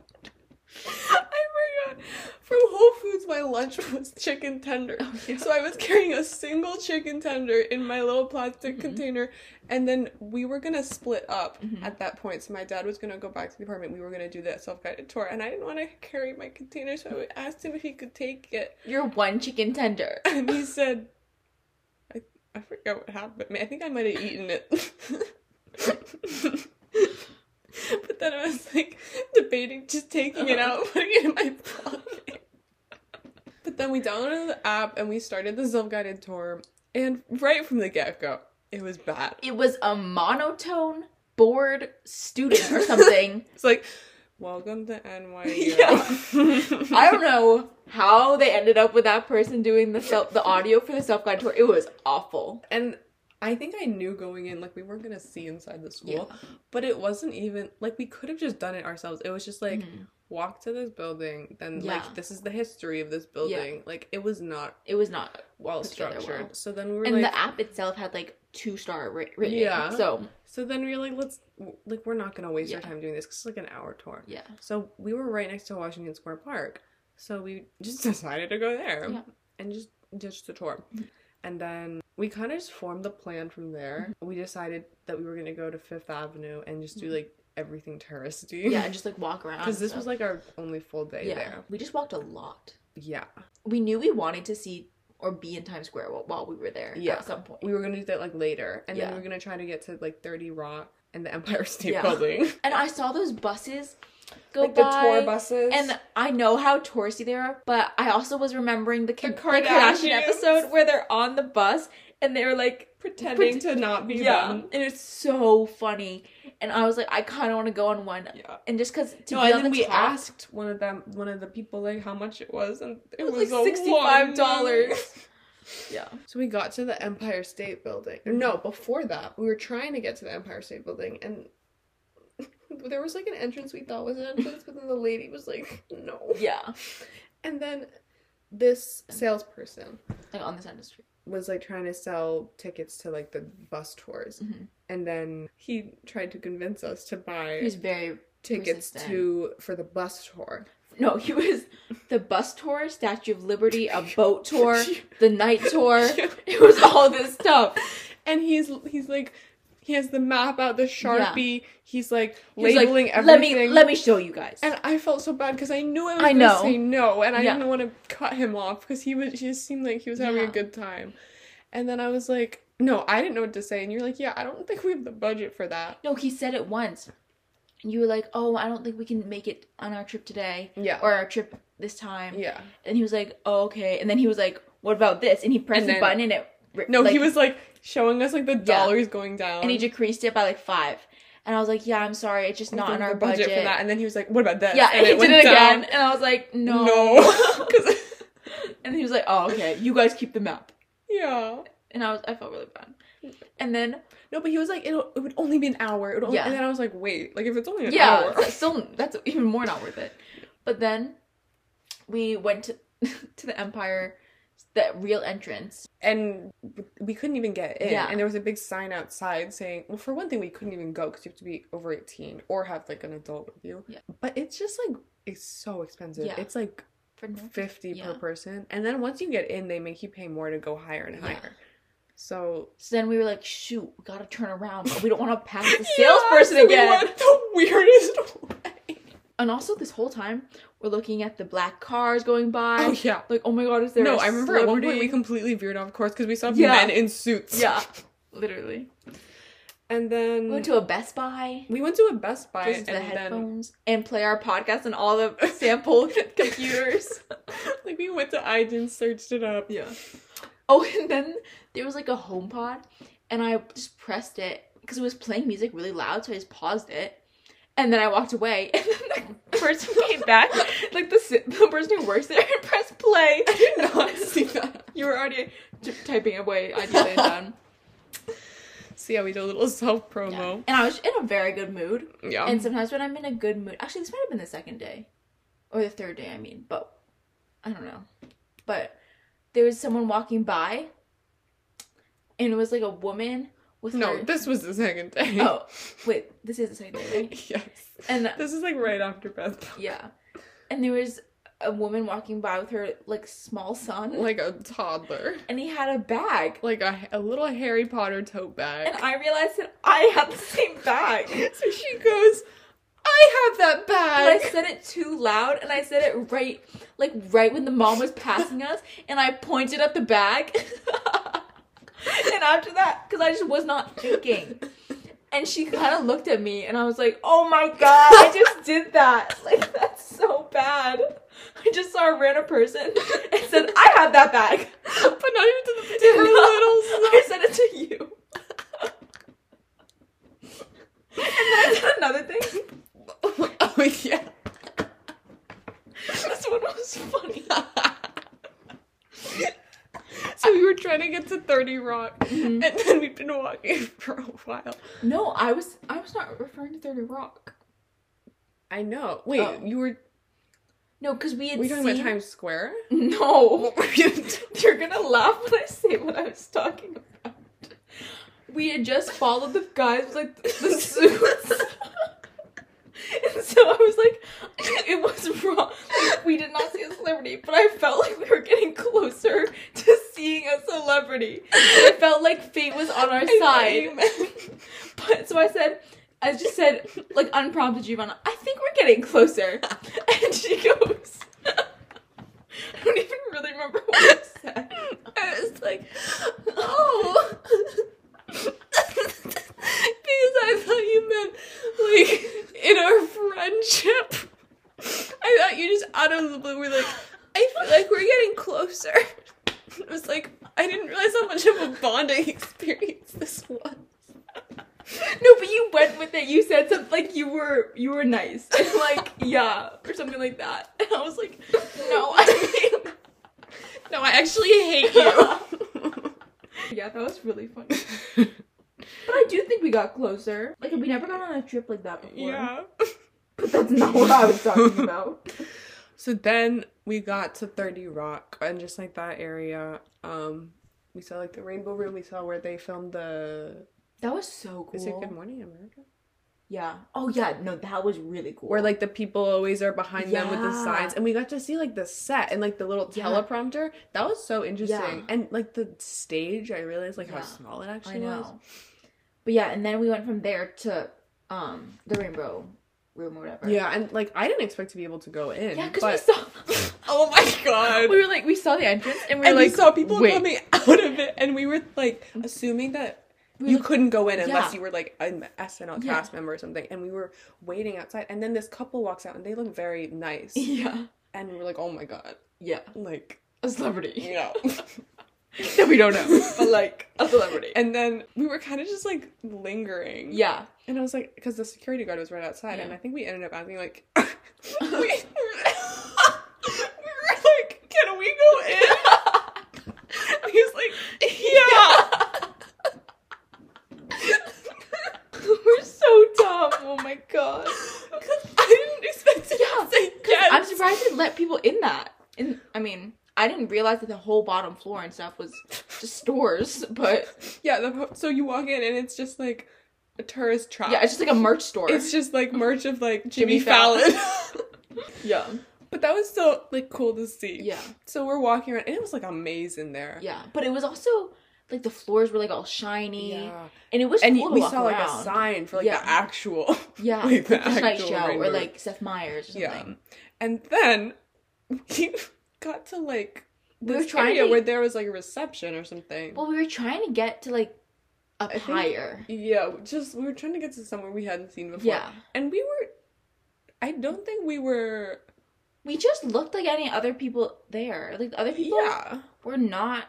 B: I forgot. From Whole Foods, my lunch was chicken tender.
A: Oh, yeah.
B: So I was carrying a single chicken tender in my little plastic
A: Mhm.
B: container, and then we were gonna split up
A: Mhm.
B: at that point. So my dad was gonna go back to the apartment. We were gonna do that self guided tour, and I didn't want to carry my container, so I asked him if he could take it.
A: You're one chicken tender.
B: and he said, I, I forget what happened. I think I might have eaten it. but then I was like debating just taking it
A: Uh-huh.
B: out and putting it in my pocket. But then we downloaded the app and we started the self guided tour. And right from the get go, it was bad.
A: it was a monotone bored student or something.
B: It's like, welcome to NYU.
A: Yeah. I don't know how they ended up with that person doing the self the audio for the self guide tour. It was awful.
B: And I think I knew going in, like, we weren't going to see inside the school. But it wasn't even, like, we could have just done it ourselves. It was just like,
A: Mhm.
B: walk to this building, then,
A: Yeah.
B: like, this is the history of this building. Like, it was not
A: it was not.
B: well
A: Put together
B: structured.
A: well.
B: So then we were
A: And
B: like,
A: the app itself had like two star ra- rating.
B: Yeah.
A: So
B: so then we were like, let's, like, we're not going to waste our
A: Yeah.
B: time doing this 'cause it's like an hour tour.
A: yeah,
B: So we were right next to Washington Square Park. So we just decided to go there
A: Yeah. Mm-hmm.
B: and just ditched the tour. And then we kind of just formed the plan from there.
A: Mm-hmm.
B: We decided that we were going to go to Fifth Avenue and just do
A: Mhm.
B: like everything touristy.
A: yeah, and just like walk around.
B: Because this was like our only full day
A: yeah.
B: there.
A: We just walked a lot.
B: Yeah.
A: We knew we wanted to see or be in Times Square while, while we were there
B: Yeah.
A: at some point.
B: We were going to do that like later. And
A: Yeah.
B: then we were going to try to get to like 30 Rock and the Empire State
A: Yeah.
B: Building.
A: And I saw those buses go
B: like
A: by.
B: the tour buses.
A: And I know how touristy they are, but I also was remembering the, Kim- the Kardashian,
B: Kardashians.
A: episode where they're on the bus and they're like
B: pretending to not be
A: yeah,
B: them.
A: and it's so funny. and I was like, I kind of want to go on one,
B: Yeah.
A: and just because to
B: No,
A: be
B: and
A: on
B: then
A: the
B: we
A: top,
B: asked one of them, one of the people, like how much it was, and
A: it
B: it,
A: was,
B: a
A: like
B: one.
A: sixty five dollars. yeah,
B: So we got to the Empire State Building. Or No, before that, we were trying to get to the Empire State Building, and there was like an entrance we thought was an entrance, but then the lady was like, "No."
A: yeah,
B: And then this salesperson
A: like on this end of the street.
B: was like trying to sell tickets to like the bus tours,
A: Mhm.
B: and then he tried to convince us to buy
A: He was very
B: tickets
A: resistant.
B: to for the bus tour.
A: no. He was the bus tour, Statue of Liberty, a boat tour, the night tour. It was all this stuff.
B: and he's he's like he has the map out, the sharpie. He's like
A: He was like,
B: labeling
A: let
B: everything.
A: me let me show you guys.
B: and I felt so bad because I knew I was
A: I
B: going to
A: know.
B: say no, and I
A: Yeah.
B: didn't want to cut him off because he was. He just seemed like he was having a
A: Yeah.
B: good time, and then I was like, no, I didn't know what to say, and you're like, yeah, I don't think we have the budget for that.
A: no, he said it once. And you were like, "Oh, I don't think we can make it on our trip today,
B: Yeah.
A: or our trip this time."
B: yeah.
A: And he was like, "Oh, okay." And then he was like, "What about this?" And he pressed
B: And then-
A: the button, and it ri-
B: No, he
A: like,
B: was like showing us like the dollars going down.
A: and he decreased it by like five. And I was like, "Yeah, I'm sorry, it's just
B: We
A: not
B: didn't
A: in
B: have
A: our
B: the budget, for that. And then he was like, what about this?
A: Yeah, and, he
B: went
A: did it
B: down.
A: again, and I was like, "No."
B: No. 'Cause-
A: and he was like, "Oh, okay. You guys keep the map."
B: yeah.
A: And I was, I felt really bad. And then
B: No, but he was like, It'll, it would only be an hour. It would only,
A: Yeah.
B: And then I was like, wait, like if it's only an
A: yeah,
B: hour.
A: it's like, still that's even more not worth it. But then we went to, to the Empire, the real entrance.
B: and we couldn't even get in.
A: Yeah.
B: And there was a big sign outside saying, well, for one thing, we couldn't even go because you have to be over 18 or have like an adult with you.
A: Yeah.
B: But it's just like, it's so expensive.
A: Yeah.
B: It's like
A: For no,
B: 50
A: Yeah.
B: per person. And then once you get in, they make you pay more to go higher and
A: Yeah.
B: higher. So
A: so then we were like, "Shoot, we gotta turn around, but we don't want to pass the
B: Yeah,
A: salesperson
B: so we
A: again."
B: went the weirdest way.
A: And also, this whole time, we're looking at the black cars going by.
B: Oh yeah.
A: Like, oh my god, is there
B: no,
A: a
B: I remember at one point we
A: celebrity?
B: completely veered off course because we saw
A: Yeah.
B: men in suits.
A: Yeah, literally.
B: And then
A: We went to a Best Buy,
B: we went to a Best Buy
A: listen
B: and
A: to the
B: then
A: headphones, and play our podcast on all the sample computers.
B: like we went to iTunes, searched it up.
A: Yeah. Oh, and then there was like a home pod, and I just pressed it because it was playing music really loud, so I just paused it. And then I walked away, and then the person came back, like the, si- the person who works there, and pressed play.
B: I did not see that.
A: You were already t- typing away ideas I done.
B: So yeah, we did a little self
A: Yeah.
B: promo.
A: And I was in a very good mood.
B: Yeah.
A: And sometimes when I'm in a good mood, actually, this might have been the second day or the third day, I mean, but I don't know. But there was someone walking by, and it was like a woman with
B: no,
A: her.
B: this was the second day.
A: oh, wait, this is the second day, right?
B: yes.
A: And
B: This is like right after Best Buy.
A: yeah, and there was a woman walking by with her like small son,
B: Like a toddler.
A: and he had a bag,
B: Like a, a little Harry Potter tote bag.
A: and I realized that I had the same bag.
B: So she goes, I have that
A: But I
B: bag.
A: said it too loud, and I said it right, like right when the mom was passing us, and I pointed at the bag. and after that, because I just was not thinking, and she kind of looked at me, and I was like, "Oh my god, I just did that! Like that's so bad." I just saw a random person and said, "I have that bag."
B: but not even to the to her little
A: I said it to you. and then I said another thing.
B: son. oh yeah.
A: This one was funny.
B: so we were trying to get to 30 Rock, and then we've been walking for a while.
A: No, I was I was not referring to Thirty Rock.
B: I know. Wait,
A: Oh.
B: you were
A: No, because we had
B: were you talking
A: seen.
B: about Times Square?
A: No, you're gonna laugh when I say what I was talking about. We had just followed the guys with like the suits. And so I was like, it was wrong. Like, we did not see a celebrity, but I felt like we were getting closer to seeing a celebrity. I felt like fate was on our
B: I know what
A: side.
B: you meant.
A: But so I said, I just said, like unprompted, Giovanna, I think we're getting closer. And she goes, I don't even really remember what I said.
B: I was like, oh. because I thought you meant, like, in our friendship. I thought you just out of the blue were like, I feel like we're getting closer. It was like, I didn't realize how much of a bonding experience this was.
A: No, but you went with it. You said something like you were you were nice and like yeah or something like that. And I was like, no, I mean,
B: No, I actually hate you.
A: yeah, that was really funny. But I do think we got closer. Like we never gone on a trip like that before. but that's not what I was talking about.
B: So then we got to 30 Rock and just like that area. Um we saw like the Rainbow Room, we saw where they filmed the
A: That was so cool.
B: Is it Good Morning America?
A: Yeah. Oh yeah. No, that was really cool.
B: Where like the people always are behind them with the
A: Yeah.
B: signs. And we got to see like the set and like the little
A: Yeah.
B: teleprompter. That was so interesting.
A: Yeah.
B: And like the stage, I realized like how
A: Yeah.
B: small it
A: I
B: actually was.
A: know. But yeah, and then we went from there to um the Rainbow Room or whatever.
B: Yeah, and like I didn't expect to be able to go in.
A: Yeah, because
B: but...
A: we saw.
B: Oh my god.
A: we were like, we saw the entrance, and we were
B: and
A: like,
B: we saw people
A: wait.
B: coming out of it, and we were like assuming that
A: We were
B: you
A: like-
B: couldn't go in
A: Yeah.
B: unless you were like an SNL
A: Yeah.
B: cast member or something. And we were waiting outside, and then this couple walks out, and they look very nice,
A: Yeah,
B: and we were like, "Oh my god,
A: yeah,
B: like
A: a celebrity
B: you know."
A: that we don't know, but like a celebrity.
B: and then we were kind of just like lingering,
A: yeah,
B: And I was like, because the security guard was right outside,
A: Yeah.
B: and I think we ended up asking like, we, we were like, "Can we go in?" And he was like, "Yeah."
A: we're so dumb. Oh my god.
B: I didn't expect to
A: Yeah,
B: say
A: 'cause
B: yes.
A: I'm surprised they let people in that. And I mean, I didn't realize that the whole bottom floor and stuff was just stores, but
B: Yeah, the, po- so you walk in and it's just like a tourist trap.
A: yeah, it's just like a merch store.
B: it's just like merch of like Jimmy,
A: Jimmy
B: Fallon.
A: Fallon. yeah,
B: but that was so like cool to see.
A: yeah,
B: So we're walking around and it was like a maze in there.
A: yeah. But it was also like the floors were like all shiny,
B: Yeah.
A: and it was
B: And
A: cool to
B: we
A: walk
B: saw like
A: around.
B: a sign for like
A: Yeah.
B: the actual
A: Yeah,
B: like,
A: like
B: the
A: the Tonight
B: actual
A: Show or
B: rainbow.
A: like Seth Meyers or something.
B: Yeah. And then we got to like
A: We
B: this
A: were trying
B: area
A: to-
B: where there was like a reception or something.
A: Well, we were trying to get to like up
B: think-
A: higher.
B: yeah, just we were trying to get to somewhere we hadn't seen before.
A: Yeah,
B: And we were I don't think we were
A: we just looked like any other people there. Like the other people
B: Yeah.
A: were not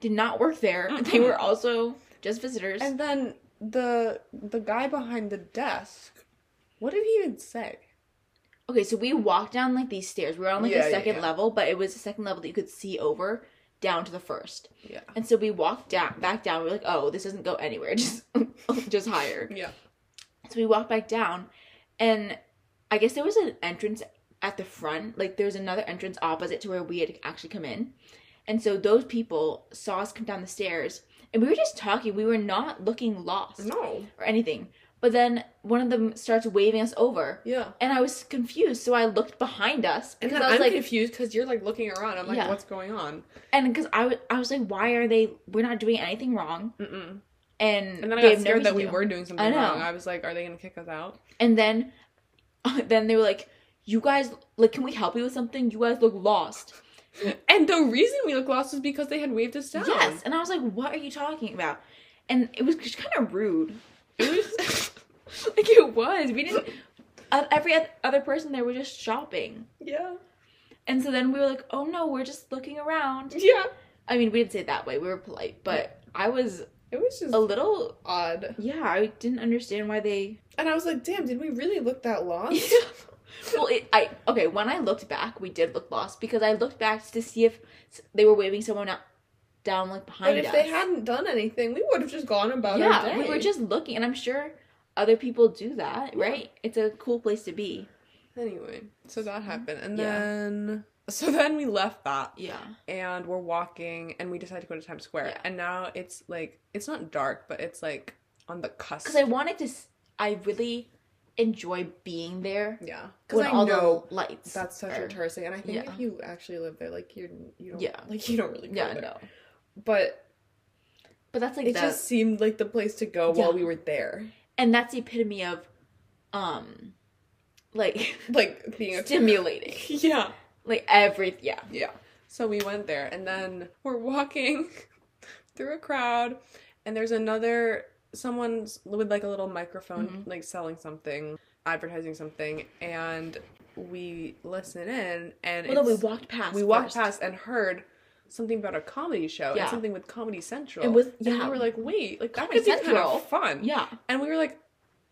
A: did not work there. They
B: Mm-mm.
A: were also just visitors.
B: And then the the guy behind the desk, what did he even say?
A: okay, so we walked down like these stairs. We were on like
B: Yeah,
A: the
B: yeah,
A: second
B: yeah.
A: level, but it was the second level that you could see over down to the first.
B: Yeah.
A: And so we walked down back down. We were like, oh, this doesn't go anywhere. Just just higher.
B: Yeah.
A: So we walked back down, and I guess there was an entrance at the front. Like there was another entrance opposite to where we had actually come in. And so those people saw us come down the stairs, and we were just talking. We were not looking lost
B: No.
A: or anything. But then one of them starts waving us over,
B: Yeah.
A: and I was confused. So I looked behind us
B: And
A: because
B: then
A: I
B: I'm
A: was like,
B: confused because you're like looking around. I'm like,
A: Yeah.
B: what's going on?
A: and because I wa- I was like, why are they? We're not doing anything wrong.
B: Mm-mm.
A: And,
B: And then I
A: they have
B: got
A: no
B: scared that
A: reason
B: we
A: to.
B: were doing something
A: I know.
B: wrong. I was like, are they gonna kick us out?
A: And then, then they were like, "You guys, like, can we help you with something? You guys look lost."
B: And the reason we looked lost was because they had waved us down.
A: Yes, and I was like, "What are you talking about?" And it was just kind of rude. It was like it was. We didn't. Uh, every oth- other person there was just shopping,
B: Yeah.
A: and so then we were like, "Oh no, we're just looking around."
B: Yeah.
A: I mean, we didn't say it that way. We were polite, but I was
B: It was just
A: a little.
B: odd.
A: Yeah, I didn't understand why they.
B: And I was like, damn, did we really look that lost?
A: Oh, well, it, I okay. When I looked back, we did look lost because I looked back to see if s- they were waving someone out down like behind
B: but if
A: us.
B: they hadn't done anything, we would have just gone about our
A: yeah,
B: day.
A: we were just looking, and I'm sure other people do that,
B: Yeah.
A: right? It's a cool place to be.
B: Anyway, so that happened. And
A: Mm-hmm. Yeah.
B: then so then we left that
A: Yeah,
B: and we're walking and we decided to go to Times Square.
A: Yeah.
B: And now it's like it's not dark, but it's like on the cusp.
A: because I wanted to. s- I really enjoy being there
B: yeah. Cuz
A: with
B: I
A: all
B: know
A: the lights.
B: that's such
A: are-
B: a tourist thing. And I think
A: Yeah.
B: if you actually live there like you're you don't
A: Yeah.
B: like you don't really go
A: Yeah,
B: there.
A: no,
B: But
A: but that's like
B: it
A: the,
B: just seemed like the place to go while
A: Yeah.
B: we were there.
A: and that's the epitome of, um, like
B: Like being a
A: stimulating,
B: Yeah.
A: like every yeah.
B: Yeah. So we went there and then we're walking through a crowd and there's another someone with like a little microphone
A: Mhm.
B: like selling something, advertising something and we listen in and
A: Well, no, we
B: it's-
A: walked past.
B: we walked
A: first.
B: past and heard something about a comedy show
A: Yeah.
B: and something with Comedy Central.
A: And with-
B: we
A: yeah.
B: were like, wait, like that
A: Comedy
B: could be kind
A: Central.
B: of fun.
A: Yeah.
B: and we were like,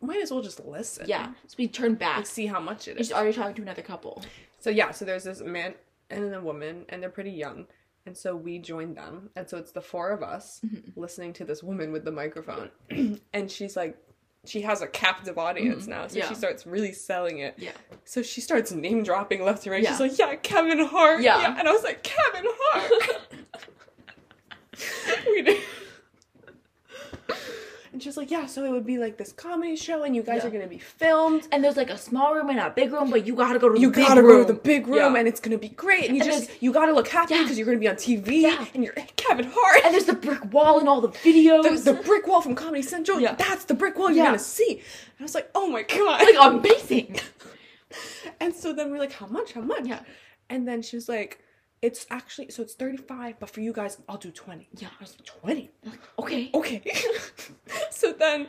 B: might as well just listen.
A: Yeah. So we turn back.
B: and see how much it
A: He's
B: is.
A: already talking to another couple.
B: So yeah, so there's this man and a woman, and they're pretty young. And so we joined them. And so it's the four of us
A: Mm-hmm.
B: listening to this woman with the microphone. and she's like, she has a captive audience now. So
A: Mm-hmm. Yeah.
B: she starts really selling it.
A: Yeah.
B: So she starts name dropping left and right.
A: Yeah.
B: She's like, yeah, Kevin Hart.
A: Yeah.
B: And I was like, Kevin Hart. we did. And she was like, yeah, so it would be like this comedy show, and you guys
A: Yeah.
B: are going to be filmed.
A: And there's like a small room and a big room, but you gotta go to the
B: you
A: big
B: gotta
A: room.
B: go to the big room
A: Yeah.
B: and it's gonna be great and you
A: And
B: just you gotta look happy
A: Yeah.
B: because you're gonna be on tv
A: Yeah.
B: and you're kevin hart
A: And there's the brick wall and all the videos.
B: the, the brick wall from comedy central
A: Yeah.
B: that's the brick wall you're
A: Yeah.
B: gonna see and i was like oh my god
A: like amazing.
B: and so then we're like how much how much
A: Yeah.
B: and then she was like it's actually so it's 35 but for you guys i'll do 20
A: Yeah.
B: i was like 20
A: Okay.
B: okay so then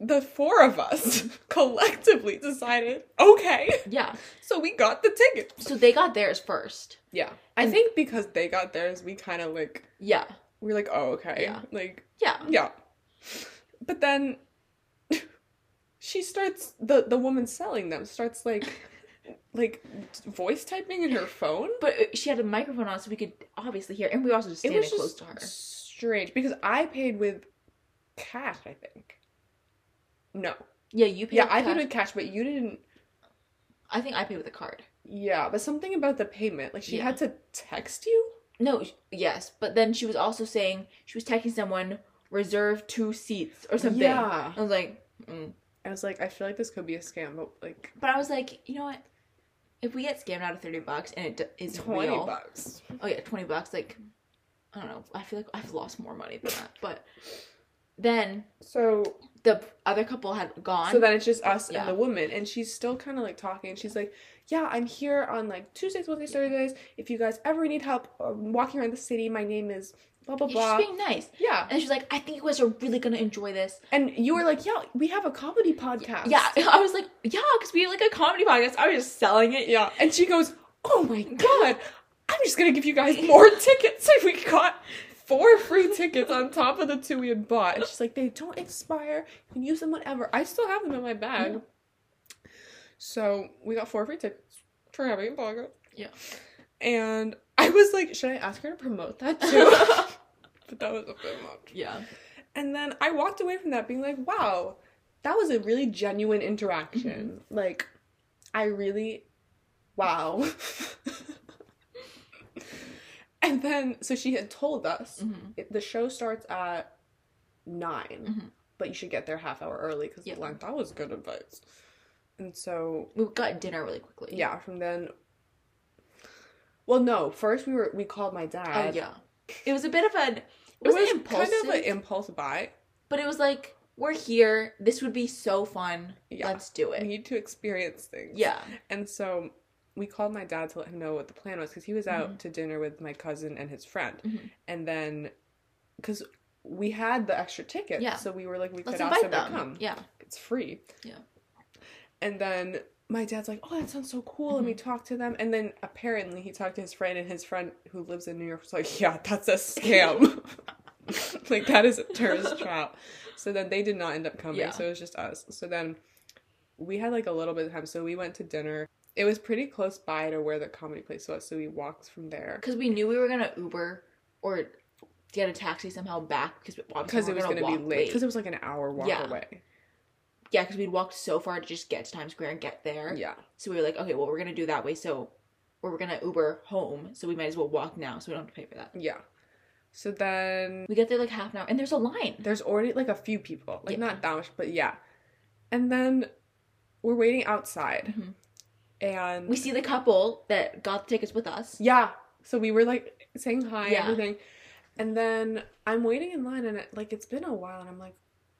B: the four of us collectively decided okay
A: Yeah.
B: so we got the tickets
A: So they got theirs first.
B: Yeah. I think because they got theirs, we kind of like,
A: Yeah.
B: we are like, oh, okay.
A: Yeah.
B: Like,
A: Yeah.
B: yeah. But then she starts, the, the woman selling them starts like, like voice typing in her phone.
A: But uh, she had a microphone on, so we could obviously hear. And we were also just
B: It
A: standing
B: was
A: close
B: just
A: to her.
B: strange because I paid with cash, I think. No.
A: Yeah, you paid.
B: Yeah,
A: with
B: I
A: cash.
B: paid with cash, but you didn't.
A: I think I paid with a card.
B: Yeah, but something about the payment, like she
A: Yeah.
B: had to text you.
A: No. sh- Yes, but then she was also saying she was texting someone reserve two seats or something.
B: Yeah.
A: I was like, mm.
B: I was like, I feel like this could be a scam, but like
A: but I was like, you know what? If we get scammed out of thirty bucks and it d- is
B: 20
A: real,
B: bucks.
A: oh yeah, twenty bucks. Like, I don't know. I feel like I've lost more money than that. But then
B: So
A: the other couple had gone.
B: so then it's just us
A: Yeah.
B: and the woman, and she's still kind of like talking. and She's like, "Yeah, I'm here on like Tuesdays, Wednesdays, Thursdays. If you guys ever need help um, walking around the city, my name is blah blah
A: Yeah, she's
B: blah."
A: being nice.
B: yeah,
A: And she's like, I think you guys are really gonna enjoy this.
B: and you were like, "Yeah, we have a comedy podcast."
A: Yeah, I was like, yeah, because we have like a comedy podcast. I was just selling it.
B: yeah. And she goes, "Oh my god, I'm just gonna give you guys more tickets. And we got four free tickets on top of the two we had bought." And she's like, "They don't expire. You can use them whenever. I still have them in my bag."
A: Yeah.
B: So we got four free tickets for having a podcast.
A: Yeah.
B: And I was like, should I ask her to promote that too? but that was a bit much.
A: yeah.
B: And then I walked away from that being like, wow, that was a really genuine interaction.
A: Mm-hmm.
B: Like, I really, wow. and then, so she had told us
A: Mhm.
B: it, the show starts at 9
A: Mhm.
B: but you should get there half hour early because
A: Yeah.
B: like, that was good advice. And so
A: We got dinner really quickly.
B: yeah, from then. Well, no. First, we were we called my
A: Oh
B: dad.
A: yeah. It was a bit of an it
B: it was
A: wasn't impulsive,
B: kind of an impulse buy.
A: but it was like we're here. This would be so fun.
B: Yeah.
A: Let's do
B: We
A: it.
B: need to experience things.
A: Yeah.
B: And so we called my dad to let him know what the plan was because he was
A: Mm-hmm.
B: out to dinner with my cousin and his friend,
A: Mhm.
B: and then because we had the extra tickets,
A: Yeah.
B: so we were like, we
A: Let's
B: could ask
A: invite
B: them,
A: them.
B: to come.
A: Yeah.
B: It's free.
A: Yeah.
B: And then my dad's like, "Oh, that sounds so cool." And
A: Mm-hmm.
B: we talked to them, and then apparently he talked to his friend, and his friend who lives in New York was like, "Yeah, that's a scam. like that is a tourist trap." So then they did not end up coming.
A: Yeah.
B: So it was just us. So then we had like a little bit of time. So we went to dinner. It was pretty close by to where the comedy place was, so we walked from there.
A: Because we knew we were gonna Uber or get a taxi somehow back because
B: Because it was
A: gonna,
B: going to be
A: walk
B: late. Because it was like an hour walk
A: Yeah.
B: away.
A: Yeah, because we'd walked so far to just get to Times Square and get there.
B: Yeah.
A: So we were like, okay, well we're gonna do that way. So or we're gonna Uber home. So we might as well walk now. So we don't have to pay for that.
B: Yeah. So then
A: We get there like half an hour, and there's a line.
B: there's already like a few people like
A: Yeah.
B: not that much but yeah and then we're waiting outside
A: Mhm.
B: and
A: We see the couple that got the tickets with us.
B: yeah so we were like saying hi
A: Yeah.
B: everything and then i'm waiting in line and it, like it's been a while and i'm like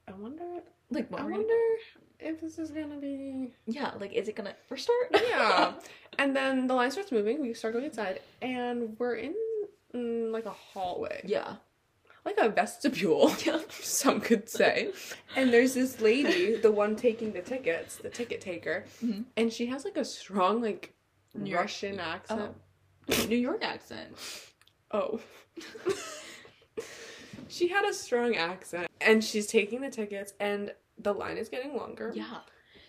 B: i wonder
A: Like, when
B: i
A: we're gonna-
B: wonder if this is gonna be
A: yeah, like, is it gonna first start?
B: yeah and then the line starts moving we start going inside and we're in mm, like a hallway
A: yeah.
B: like a vestibule
A: Yeah.
B: some could say. And there's this lady, the one taking the tickets, the ticket taker,
A: Mhm.
B: and she has like a strong like
A: New York-
B: Russian accent.
A: New York accent.
B: Oh. she had a strong accent. And she's taking the tickets, and the line is getting longer.
A: Yeah.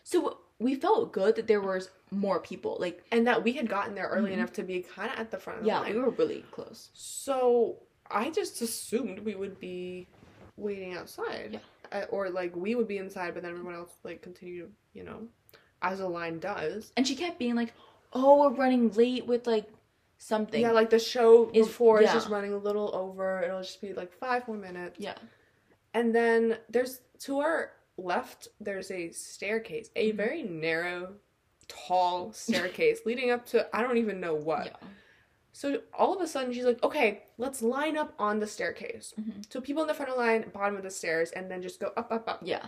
A: So we felt good that there was more people. Like,
B: And that we had gotten there early
A: Mhm.
B: enough to be kind of at the front of the
A: yeah,
B: line.
A: we were really close.
B: So I just assumed we would be waiting outside, Uh, or like we would be inside, but then everyone else like continue, you know, as a line does.
A: And she kept being like, "Oh, we're running late with like something."
B: Yeah, like the show
A: Is-
B: before is
A: yeah.
B: just running a little over. It'll just be like five more minutes.
A: Yeah.
B: And then there's to our left, there's a staircase, a
A: Mhm.
B: very narrow, tall staircase leading up to I don't even know what.
A: Yeah.
B: So all of a sudden she's like, okay, let's line up on the staircase.
A: Mhm.
B: So people in the front of the line, bottom of the stairs, and then just go up, up, up.
A: Yeah.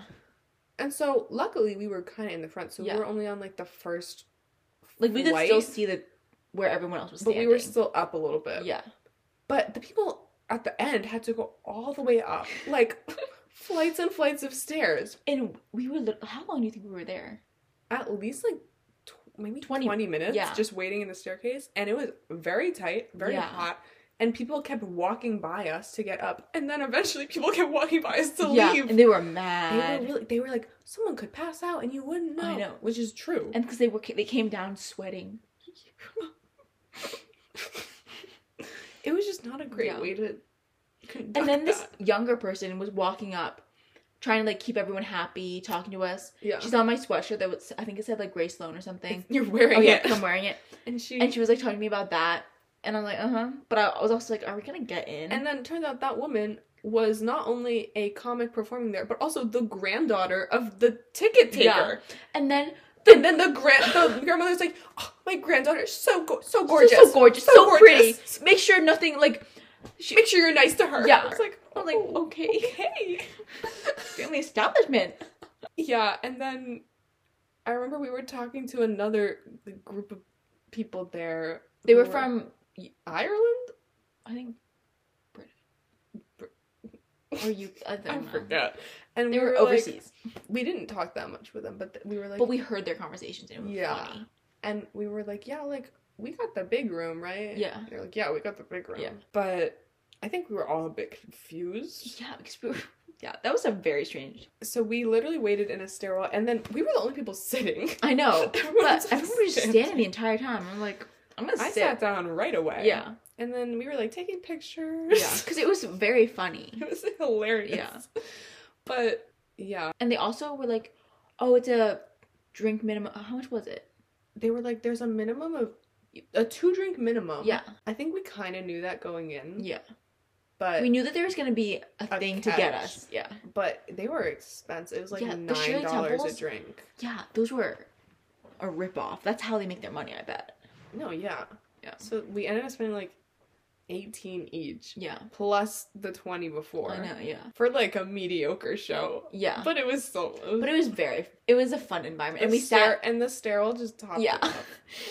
B: And so luckily we were kind of in the front, so
A: Yeah.
B: we were only on like the first,
A: Like we could still
B: White?
A: see the where everyone else was
B: but
A: standing.
B: we were still up a little bit.
A: yeah.
B: But the people at the end had to go all the way up, like flights and flights of stairs.
A: And we were. Li- how long do you think we were there?
B: At least like tw- maybe
A: 20
B: 20, minutes
A: yeah.
B: just waiting in the staircase, and it was very tight, very
A: Yeah.
B: hot. And people kept walking by us to get up, and then eventually people kept walking by us to
A: yeah.
B: leave.
A: And they were
B: They were
A: mad.
B: really. They were like, someone could pass out and you wouldn't know.
A: I know.
B: which is true.
A: and because they were, they came down sweating.
B: it was just not a great
A: Yeah.
B: way to. Conduct
A: And then this
B: that.
A: younger person was walking up, trying to like keep everyone happy, talking to us.
B: yeah,
A: She's on my sweatshirt that was, I think it said like Grace Sloan or something.
B: you're wearing
A: Oh yeah,
B: it,
A: I'm wearing it.
B: and she
A: And
B: and,
A: she was like talking to me about that, and I'm like, uh huh. But I was also like, are we gonna get in?
B: then it turns out that woman was not only a comic performing there, but also the granddaughter of the ticket taker.
A: Yeah. and then
B: And then the grand the grandmother's like, oh, my granddaughter is so go- so
A: gorgeous,
B: gorgeous,
A: so gorgeous, so, pretty. Make sure nothing like
B: Make sure you're nice to her.
A: Yeah.
B: it's like
A: I'm like,
B: oh,
A: okay.
B: okay.
A: family establishment.
B: Yeah, and then I remember we were talking to another group of people there.
A: They
B: who
A: were from,
B: Ireland.
A: I think, Britain or you. I,
B: I
A: don't know.
B: forget. And
A: They
B: we
A: were,
B: like-
A: overseas,
B: we didn't talk that much with them, but th- we were like,
A: but we heard their conversations and it was
B: Yeah.
A: funny.
B: and we were like, yeah, like we got the big room, right?
A: Yeah.
B: They're like, yeah, we got the big room.
A: Yeah.
B: But I think we were all a bit confused.
A: Yeah, because we were. Yeah, that was a very strange.
B: So we literally waited in a stairwell, and then we were the only people sitting.
A: I know,
B: Everyone
A: Oh, but
B: else
A: everyone was just
B: sat.
A: standing the entire time. I'm like, I'm gonna
B: I
A: sit.
B: sat down right away.
A: yeah,
B: And then we were like taking pictures.
A: yeah, because it was very funny.
B: it was hilarious.
A: Yeah.
B: But yeah,
A: And they also were like, oh, it's a drink minimum. How much was it?
B: they were like, there's a minimum of a two drink minimum.
A: Yeah,
B: I think we kind of knew that going in.
A: Oh, yeah.
B: But
A: We knew that there was gonna be a,
B: A
A: thing to get
B: catch.
A: us. Yeah,
B: but they were expensive. It was like
A: Yeah, the Shirley
B: nine dollars a
A: Temples-
B: drink.
A: yeah. Those were a rip off. That's how they make their money. I bet.
B: No, yeah.
A: Yeah.
B: So we ended up spending like eighteen each
A: Yeah,
B: plus the twenty before.
A: I know. Yeah,
B: For like a mediocre show.
A: yeah.
B: But it was so it was
A: But it was very. It was a fun environment, and
B: the
A: we sat.
B: stair- and the stairwell just topped
A: Yeah.
B: it up.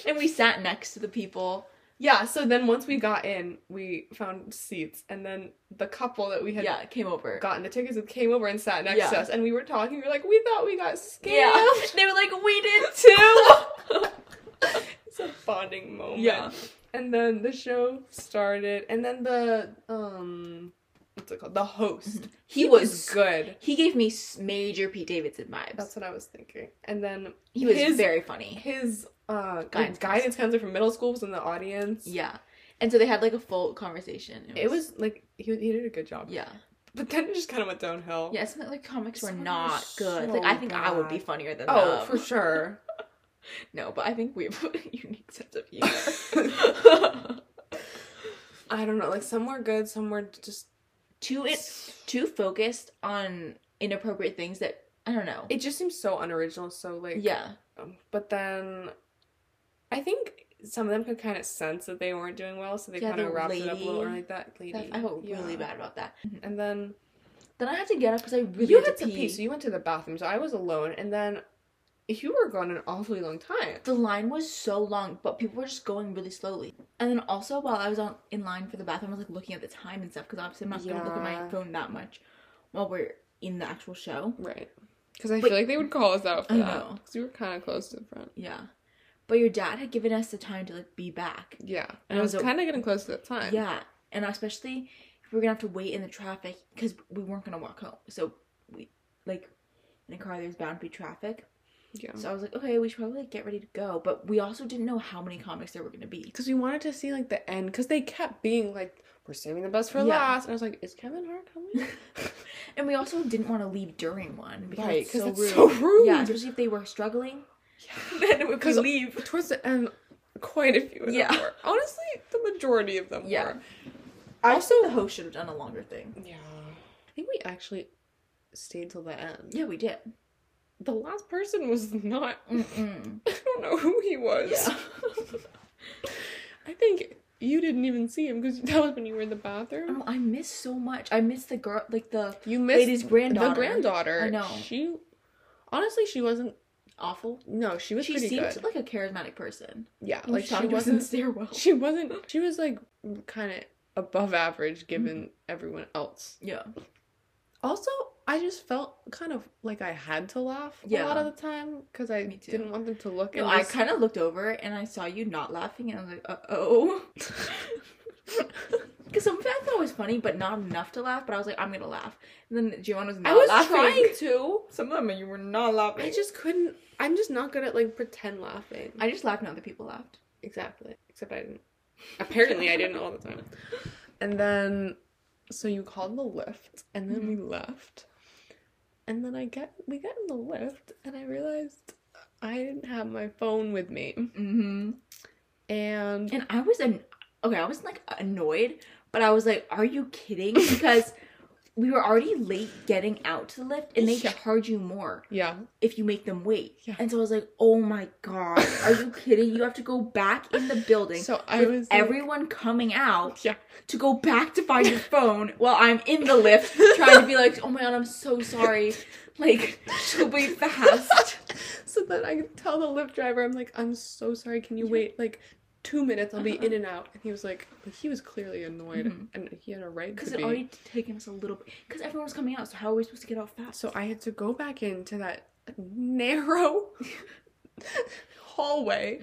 A: And we sat next to the people.
B: Yeah, so then once we got in, we found seats, and then the couple that we had
A: Yeah, came over.
B: gotten the tickets with came over and sat next
A: Yeah.
B: to us, and we were talking. We were like, we thought we got scammed.
A: Yeah. They were like, we did too.
B: It's a bonding moment.
A: yeah.
B: And then the show started, and then the um, what's it called? The host.
A: He, was, good.
B: good.
A: He gave me s- major Pete Davidson vibes.
B: That's what I was thinking. And then
A: he was
B: his-
A: very funny.
B: his uh
A: Guidance
B: guidance, guidance counselor from middle school was in the audience.
A: Yeah. And so they had like a full conversation.
B: It was like he, he did a good job.
A: Yeah.
B: But then it just kind of went downhill.
A: Yeah, it's not like comics were
B: Some were
A: not good.
B: so
A: Like I think I would be
B: bad.
A: funnier than
B: Oh,
A: them.
B: for sure.
A: No, but I think we have a unique sense of humor.
B: I don't know. Like some were good, some were just.
A: too it too focused on inappropriate things that I don't know.
B: It just seems so unoriginal. So like
A: yeah.
B: um, But then, I think some of them could kind of sense that they weren't doing well, so they
A: Yeah,
B: kind
A: the
B: of wrapped it up a little
A: lady.
B: early. That lady,
A: That- I felt really
B: Yeah.
A: bad about that.
B: And then
A: Then I had to get up because I really
B: you
A: had, to pee.
B: so you went to the bathroom. So I was alone, and then you were gone an awfully long time.
A: The line was so long, but people were just going really slowly. And then also while I was on in line for the bathroom, I was like looking at the time and stuff because obviously I'm not gonna look at my
B: Yeah.
A: phone that much while we're in the actual show.
B: Right. Because I
A: But-
B: feel like they would call us out for
A: I
B: that.
A: know.
B: Because we were kind of close to the front.
A: Yeah, but your dad had given us the time to like be back.
B: Yeah.
A: I
B: And, I was
A: was a-
B: kind of getting close to that time.
A: Yeah, and especially if we are gonna have to wait in the traffic because we weren't gonna walk home. So we like in a car, there's bound to be traffic.
B: Yeah.
A: So I was like, okay, we should probably get ready to go, but we also didn't know how many comics there were gonna be.
B: Because we wanted to see like the end, because they kept being like, "We're saving the best for
A: Yeah.
B: last," and I was like, "Is Kevin Hart coming?"
A: And we also didn't want to leave during one because
B: right,
A: it's so
B: because
A: rude.
B: it's, so rude.
A: Yeah, especially if they were struggling. Then if we
B: 'Cause-
A: leave,
B: Towards the end, quite a few of them
A: Yeah.
B: were. Honestly, the majority of them
A: Yeah.
B: were.
A: I also the host should have done a longer thing.
B: Yeah. I think we actually stayed till the end.
A: Yeah, we did.
B: The last person was not.
A: Mm-mm.
B: I don't know who he was.
A: Yeah.
B: I think you didn't even see him because that was when you were in the bathroom.
A: Oh, I miss so much. I miss the girl, like the
B: You
A: lady's
B: missed
A: granddaughter.
B: the granddaughter.
A: I know.
B: She honestly, she wasn't.
A: Awful.
B: No, she was
A: She
B: pretty
A: seemed
B: good.
A: like a charismatic person.
B: yeah,
A: And
B: like
A: she
B: she
A: talked to us in the
B: wasn't.
A: stairwell.
B: She wasn't. She was like kind of above average given
A: Mm-hmm.
B: everyone else.
A: Yeah.
B: Also, I just felt kind of like I had to laugh
A: Yeah.
B: a lot of the time because I
A: Me too.
B: didn't want them to look.
A: No,
B: and
A: I
B: just-
A: kind of looked over and I saw you not laughing, and I was like, uh oh. Because some of it I thought was funny, but not enough to laugh. But I was like, I'm gonna laugh. And then Giovanna was not
B: was
A: laughing.
B: trying
A: to. Some of them, and you were not laughing.
B: I just couldn't. I'm just not good at like pretend laughing.
A: I just laughed, and other people laughed.
B: Exactly. Except I didn't. Apparently, I didn't all the time. And then, so you called the lift, and then
A: Mm-hmm.
B: we left. And then I get we get in the lift, and I realized I didn't have my phone with me,
A: Mm-hmm.
B: and
A: And I was an okay, I was like annoyed, but I was like, "Are you kidding?" Because we were already late getting out to the lift, and they
B: Yeah.
A: charge you more
B: yeah,
A: if you make them wait.
B: Yeah.
A: And so I was like, "Oh my god, are you kidding? You have to go back in the building."
B: so I
A: with
B: was like-
A: everyone coming out
B: yeah,
A: to go back to find your phone while I'm in the lift trying to be like, "Oh my god, I'm so sorry." Like, she'll be fast.
B: so then I tell the lift driver, I'm like, I'm so sorry. Can you wait like two minutes? I'll be
A: Uh-huh.
B: in and out. And he was like, but he was clearly annoyed,
A: Mhm.
B: and he had a right
A: Because
B: to
A: it
B: be.
A: already taken us a little bit. Because everyone was coming out, so how are we supposed to get out fast?
B: So I had to go back into that narrow hallway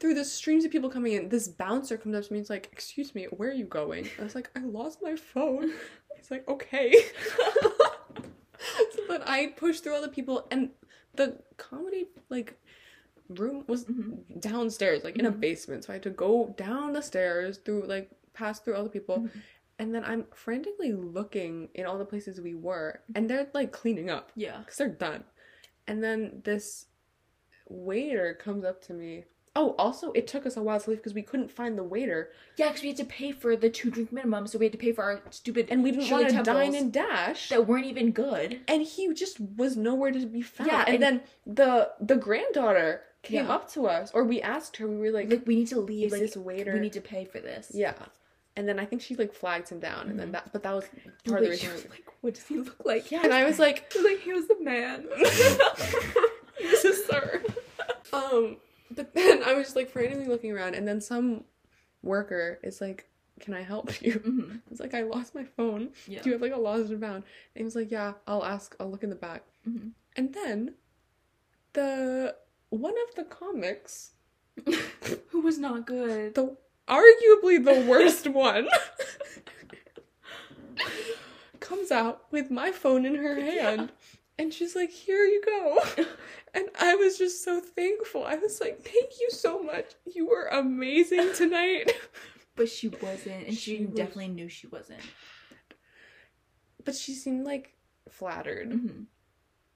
B: through the streams of people coming in. This bouncer comes up to me and is like, Excuse me, where are you going? And I was like, I lost my phone. He's like, Okay. so then I pushed through all the people, and the comedy, like, room was
A: Mhm.
B: downstairs, like in a
A: Mhm.
B: basement. So I had to go down the stairs through, like, pass through all the people.
A: Mhm.
B: And then I'm frantically looking in all the places we were,
A: Mm-hmm.
B: and they're like cleaning up
A: yeah.
B: because they're done. And then this waiter comes up to me. Oh, also, it took us a while to leave because we couldn't find the waiter,
A: Yeah, because we had to pay for the two drink minimum, so we had to pay for our stupid
B: and we didn't
A: Shirley
B: want to
A: Temples
B: dine and dash.
A: that weren't even good.
B: and he just was nowhere to be found.
A: Yeah,
B: and,
A: and-
B: then the the granddaughter came
A: Yeah.
B: up to us, or we asked her. We were like,
A: Like we need to leave.
B: "Is
A: Like
B: this waiter?"
A: we need to pay for this.
B: yeah. And then I think she like flagged him down, and then that. But that was
A: And
B: part of
A: Mm-hmm.
B: the
A: wait,
B: reason.
A: you're Like, what does he look like?
B: Yeah, and I was like,
A: I was like, he was the man.
B: he was a sir. Um, but then I was like frantically looking around, and then some worker is like, "Can I help you?"
A: Mhm.
B: It's like I lost my phone.
A: Yeah.
B: Do you have like a lost and found? And he was like, "Yeah, I'll ask. I'll look in the back."
A: Mhm.
B: And then the one of the comics,
A: Who was not good?
B: the arguably the worst one, comes out with my phone in her hand. And she's like, Here you go. And I was just so thankful. I was like, Thank you so much. You were amazing tonight.
A: But she wasn't, and she,
B: She was-
A: definitely knew she wasn't.
B: But she seemed like flattered.
A: hmm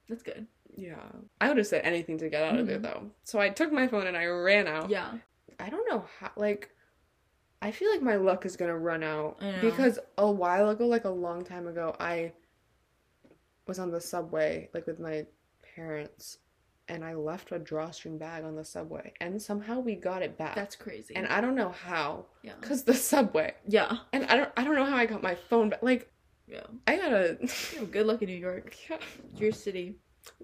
A: That's good.
B: Yeah. I would have said anything to get out of there,
A: Mhm.
B: though. So I took my phone and I ran out.
A: Yeah.
B: I don't know how, like, I feel like my luck is gonna run out
A: I know.
B: because a while ago, like a long time ago, I was on the subway, like with my parents, and I left a drawstring bag on the subway, and somehow we got it back.
A: That's crazy.
B: and I don't know how,
A: yeah.
B: cause the subway,
A: Yeah.
B: and I don't, I don't know how I got my phone back. Like,
A: Yeah.
B: I gotta,
A: Yeah, Good luck in New York.
B: yeah,
A: Your city.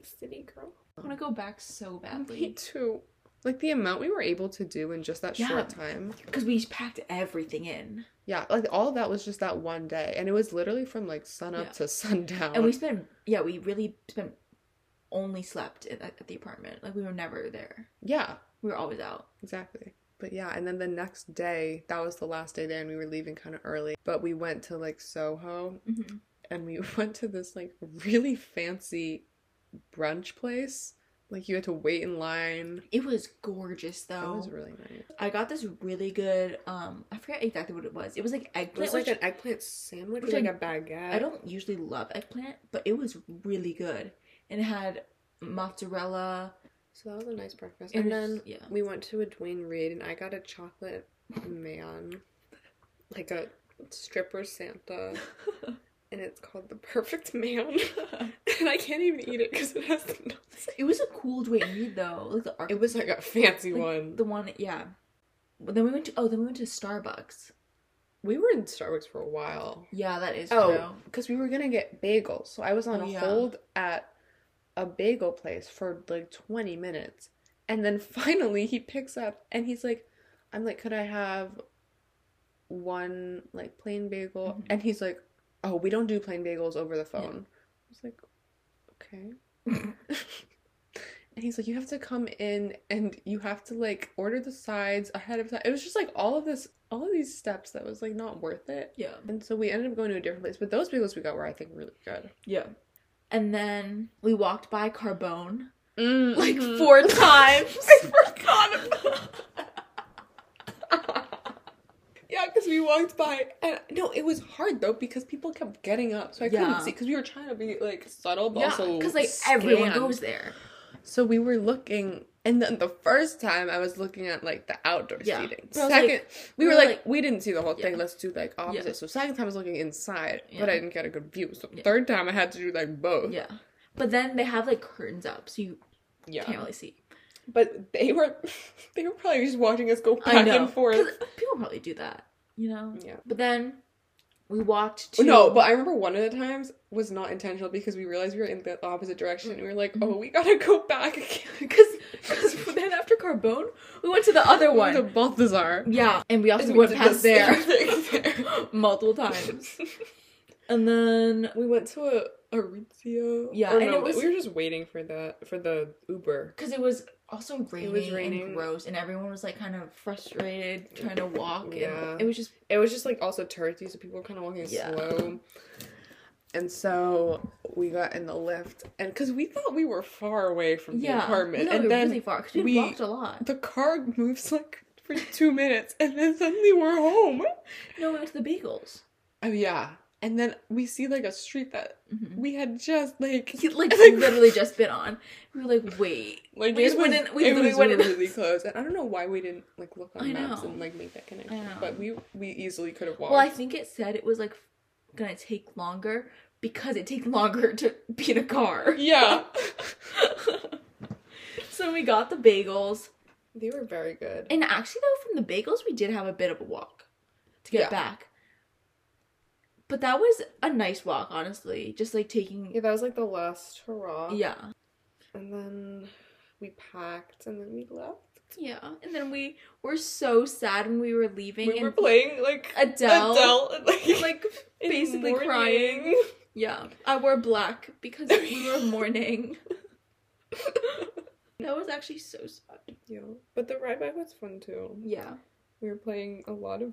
B: city girl.
A: I want to go back so
B: Me
A: badly.
B: too. Like the amount we were able to do in just that
A: Yeah.
B: short time.
A: Because we packed everything in.
B: Yeah, like all of that was just that one day, and it was literally from like sun up
A: Yeah.
B: to sundown.
A: And we spent, yeah, we really spent, only slept at, at the apartment. Like, we were never there.
B: yeah,
A: We were always out.
B: exactly. But yeah, and then the next day, that was the last day there, and we were leaving kind of early. But we went to like Soho,
A: Mhm.
B: and we went to this like really fancy brunch place. Like you had to wait in line.
A: It was gorgeous though.
B: It was really nice.
A: I got this really good. um I forget exactly what it was. It was like
B: It
A: eggplant.
B: was like
A: which
B: an eggplant sandwich,
A: which
B: with, like
A: I-
B: a baguette.
A: I don't usually love eggplant, but it was really good, and it had mozzarella.
B: So that was a nice breakfast.
A: It
B: And
A: was-
B: then
A: yeah.
B: we went to a Dwayne Reed, and I got a chocolate man, like a stripper Santa, and it's called the Perfect Man. and I can't even eat it because it has the nuts.
A: It was a cool Dwayne Reed though, like the arch-
B: It was like a fancy
A: Like,
B: one.
A: the one. Yeah. But then we went to oh then we went to Starbucks.
B: We were in Starbucks for a while.
A: Yeah, that is
B: Oh,
A: true.
B: because we were gonna get bagels, so I was on
A: Oh,
B: a
A: yeah.
B: hold at a bagel place for like twenty minutes, and then finally he picks up and he's like, "I'm like, could I have one like plain bagel?"
A: Mhm.
B: And he's like, "Oh, we don't do plain bagels over the phone." I was like, "Okay." And he's like, you have to come in and you have to like order the sides ahead of time. It was just like all of this, all of these steps that was like not worth it.
A: Yeah.
B: And so we ended up going to a different place, but those bagels we got were, I think, really good.
A: Yeah. And then we walked by Carbone like
B: Mhm.
A: four times. I Mm-hmm. forgot
B: Yeah, because we walked by, and no, it was hard though because people kept getting up, so I
A: Yeah.
B: couldn't see because we were trying to be like subtle, but also
A: because like everyone
B: scanned.
A: goes there.
B: So we were looking, and then the first time I was looking at like the outdoor
A: Yeah.
B: seating.
A: But I was
B: Second,
A: like- we
B: we were
A: were
B: like,
A: like-
B: we didn't see the whole thing.
A: Yeah.
B: Let's do like opposite.
A: Yeah.
B: So second time I was looking inside, but
A: Yeah.
B: I didn't get a good view. So
A: Yeah.
B: third time I had to do like both.
A: Yeah. But then they have like curtains up, so you
B: Yeah.
A: can't really see.
B: But they were, they were probably just watching us go
A: I
B: back
A: know.
B: and forth.
A: 'Cause People probably do that, you know.
B: Yeah.
A: But then we walked to
B: No, but I remember one of the times was not intentional because we realized we were in the opposite direction and we were like, oh,
A: Mm-hmm.
B: we gotta go back again.
A: because then after Carbone we went to the other one.
B: To Balthazar.
A: Yeah, and we also
B: We
A: went
B: did
A: past
B: the
A: there
B: same thing there.
A: multiple times. And then
B: We went to a Aritzia.
A: Yeah,
B: Or
A: and
B: no,
A: it was-
B: we were just waiting for that for the Uber.
A: because it was also raining,
B: raining.
A: and gross, and everyone was like kind of frustrated trying to walk.
B: Yeah.
A: and it was just
B: It was just like also touristy, so people were kind of walking
A: Yeah.
B: slow. And so we got in the lift, and because we thought we were far away from the
A: yeah,
B: apartment,
A: we thought
B: and
A: we were
B: then
A: really far because we,
B: we-
A: walked a lot.
B: the car moves like for two minutes, and then suddenly we're home.
A: No, we went to the Beagles.
B: Oh yeah, and then we see like a street that
A: Mhm.
B: we had just like
A: He like
B: Like-
A: literally just been on. We were like, wait,
B: like
A: We
B: it
A: just went
B: was-
A: in- we
B: it
A: literally
B: was
A: went in-
B: really close, and I don't know why we didn't like look on
A: I
B: maps
A: know.
B: and like make that connection,
A: I know.
B: but we we easily could have walked.
A: Well, I think it said it was like gonna take longer because it takes longer to be in a car.
B: yeah,
A: so we got the bagels,
B: they were very good.
A: and actually though, from the bagels we did have a bit of a walk to get
B: Yeah.
A: back. But that was a nice walk, honestly. Just like taking
B: yeah, that was like the last hurrah.
A: yeah,
B: and then we packed, and then we left.
A: yeah. And then we were so sad when we were leaving,
B: We
A: and
B: were playing like
A: Adele,
B: Adele, and, like,
A: like
B: in
A: basically
B: mourning.
A: crying. Yeah, I wore black because we were mourning. that was actually so sad.
B: Yeah, but the ride back was fun too.
A: Yeah.
B: We were playing a lot of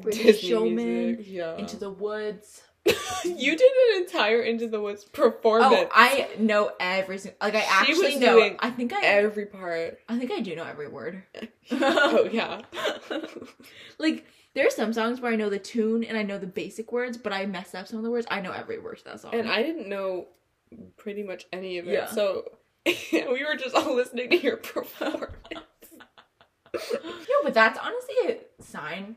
A: Greatest
B: Disney
A: Showman,
B: music. Yeah.
A: Into the woods.
B: you did an entire Into the Woods performance.
A: Oh, I know every single. Like I
B: She
A: actually
B: was
A: know.
B: doing
A: I think I.
B: every part.
A: I think I do know every word.
B: Oh yeah.
A: like there are some songs where I know the tune and I know the basic words, but I mess up some of the words. I know every word to that song.
B: And I didn't know pretty much any of it,
A: Yeah.
B: so we were just all listening to your performance.
A: No, but that's honestly a sign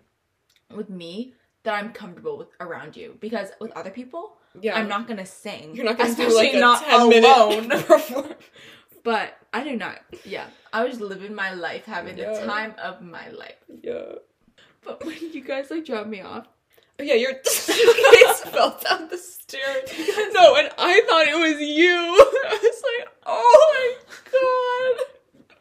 A: with me that I'm comfortable with around you because with other people,
B: Yeah,
A: I'm not gonna sing.
B: You're not gonna do
A: especially
B: like a
A: not
B: ten
A: alone.
B: minute performance.
A: but I do not. Yeah, I was living my life, having
B: Yeah.
A: the time of my life.
B: Yeah.
A: But when you guys like drop me off,
B: Oh, yeah, your suitcase fell down the stairs. No, and I thought it was you. I was like, oh my god.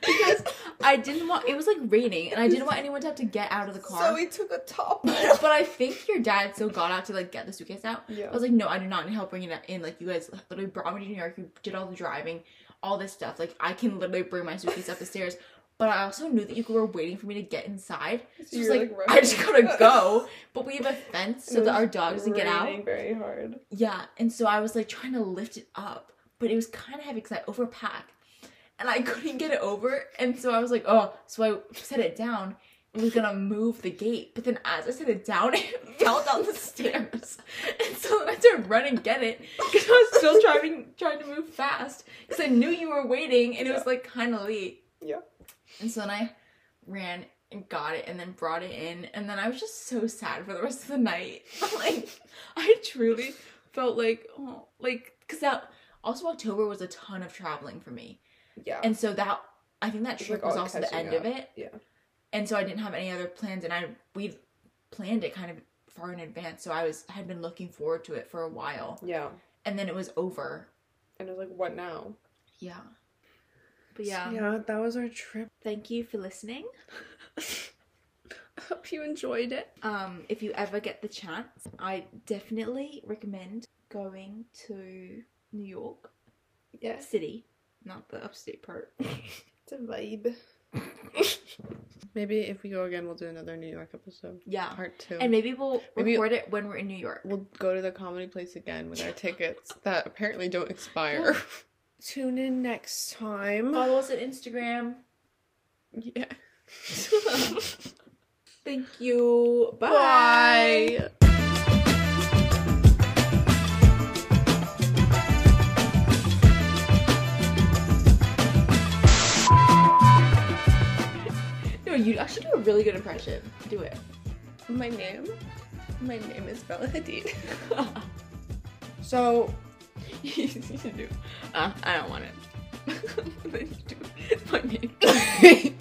A: because I didn't want. It was like raining, and I didn't want anyone to have to get out of the car.
B: So we took a top.
A: but I think your dad still got out to like get the suitcase out.
B: Yeah.
A: I was like, no, I do not need help bringing that in. Like, you guys literally brought me to New York. You did all the driving, all this stuff. Like, I can literally bring my suitcase up the stairs. But I also knew that you were waiting for me to get inside.
B: So
A: So I was
B: you're,
A: like,
B: like,
A: I just
B: running.
A: gotta go. But we have a fence
B: It
A: so that
B: was
A: our dog doesn't get out.
B: raining Very hard.
A: Yeah, and so I was like trying to lift it up, but it was kind of heavy because I overpacked, and I couldn't get it over. And so I was like, oh, so I set it down and was gonna move the gate, but then as I set it down, it fell down the stairs. And so then I started running and get it because I was still trying trying to move fast because I knew you were waiting, and it was like kind of late.
B: Yeah.
A: And so then I ran and got it and then brought it in and then I was just so sad for the rest of the night. like I truly felt like oh like because that also October was a ton of traveling for me,
B: Yeah.
A: and so that I think that
B: It's
A: trip
B: like
A: was
B: all
A: also the
B: catching
A: end of
B: up.
A: it,
B: Yeah.
A: and so I didn't have any other plans, and I we planned it kind of far in advance, so I was had been looking forward to it for a while,
B: Yeah.
A: and then it was over.
B: And I was like, what now?
A: Yeah, but
B: So,
A: yeah,
B: yeah, that was our trip.
A: thank you for listening.
B: Hope you enjoyed it.
A: Um, if you ever get the chance, I definitely recommend going to New York
B: Yes.
A: City, not the upstate part.
B: It's a vibe. Maybe if we go again, we'll do another New York episode.
A: Yeah.
B: Part two.
A: And maybe we'll
B: Maybe-
A: record it when we're in New York.
B: we'll go to the comedy place again with our tickets that apparently don't expire. Tune in next time.
A: Follow us on Instagram.
B: Yeah.
A: Thank you. Bye.
B: Bye.
A: No, you actually do a really good impression. Do it.
B: My name? My name is Bella Hadid. So,
A: you should do. Uh, I don't want it. Then you do it. My name.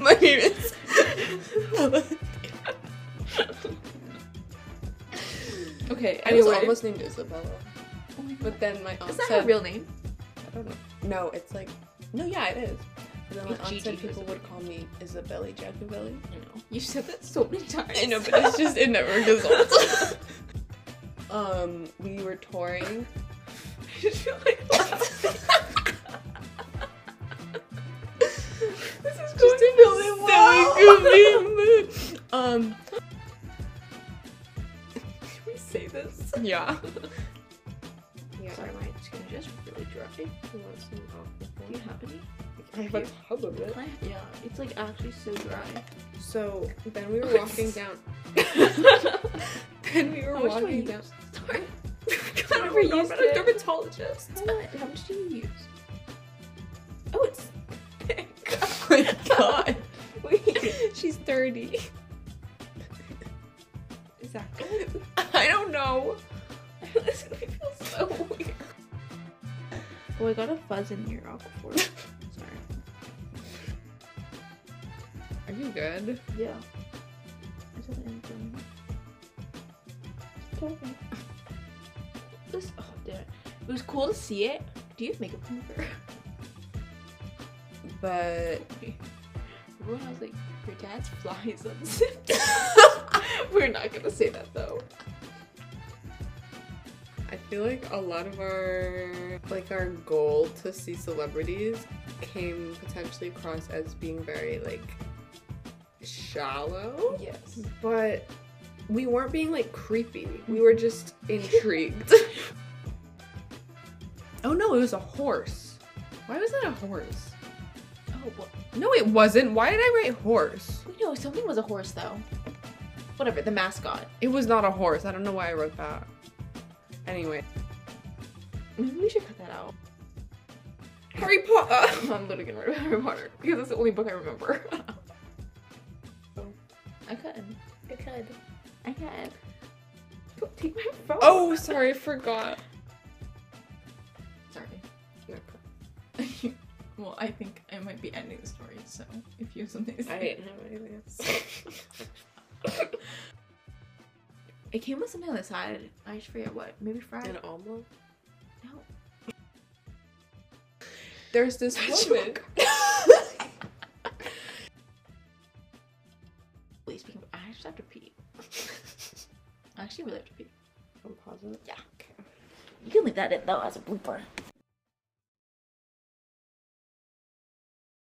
B: my name is Bella Hadid.
A: okay.
B: I was
A: anyway.
B: almost named Isabella.
A: Oh my God.
B: But then my aunt
A: Is that
B: said,
A: her real name?
B: I don't know. No, it's like, no, yeah, it is. And then my
A: Like
B: aunt
A: Gigi
B: said
A: for
B: people would call me Isabella Jacobelli.
A: I know. You said that so many times.
B: I know, but it's just it never gets old. um, we were touring.
A: I just feel like this is
B: Just in
A: really
B: a
A: well.
B: silly goofy mood. Um,
A: Can we say this?
B: yeah. Yeah.
A: Sorry, my skin is just really dry.
B: You want some alcohol?
A: Do you have any?
B: I have a tub of it.
A: Can I- Yeah, it's like actually so dry.
B: So then we were walking down. Then we were
A: How much do I
B: walking
A: use?
B: down.
A: Sorry.
B: God,
A: Overused
B: I'm not a
A: it.
B: dermatologist.
A: How much- How much do you use? Oh, it's thick.
B: Oh my god.
A: Wait,
B: She's 30.
A: is that good?
B: I don't know.
A: this is gonna feel so weird. Oh, I got a fuzz in your aquaphor. Sorry.
B: Are you good?
A: Yeah. I don't know. It's okay. This oh damn it. It was cool to see it. Do you have makeup remover?
B: But
A: Everyone was like, your dad's flies on We're not gonna say that though.
B: I feel like a lot of our like our goal to see celebrities came potentially across as being very like shallow,
A: Yes.
B: but we weren't being like creepy. We were just intrigued. oh no, it was a horse. Why was that a horse?
A: Oh well
B: No, it wasn't. Why did I write horse?
A: we know something was a horse though. Whatever, the mascot.
B: It was not a horse. I don't know why I wrote that. Anyway,
A: Maybe we should cut that out.
B: Harry Potter.
A: I'm literally gonna write about Harry Potter because it's the only book I remember. I could. I could. I could. Don't take my phone.
B: Oh, sorry, I forgot.
A: Sorry. well, I think I might be ending the story, so if you have something to
B: I
A: say.
B: didn't have anything else.
A: It came with something on the side. I just forget what. Maybe fried.
B: An omelet?
A: No.
B: There's this
A: That's
B: woman.
A: Wait, speaking of, I just have to pee. I actually really have to pee.
B: I'm positive.
A: You can leave that in though as a blooper.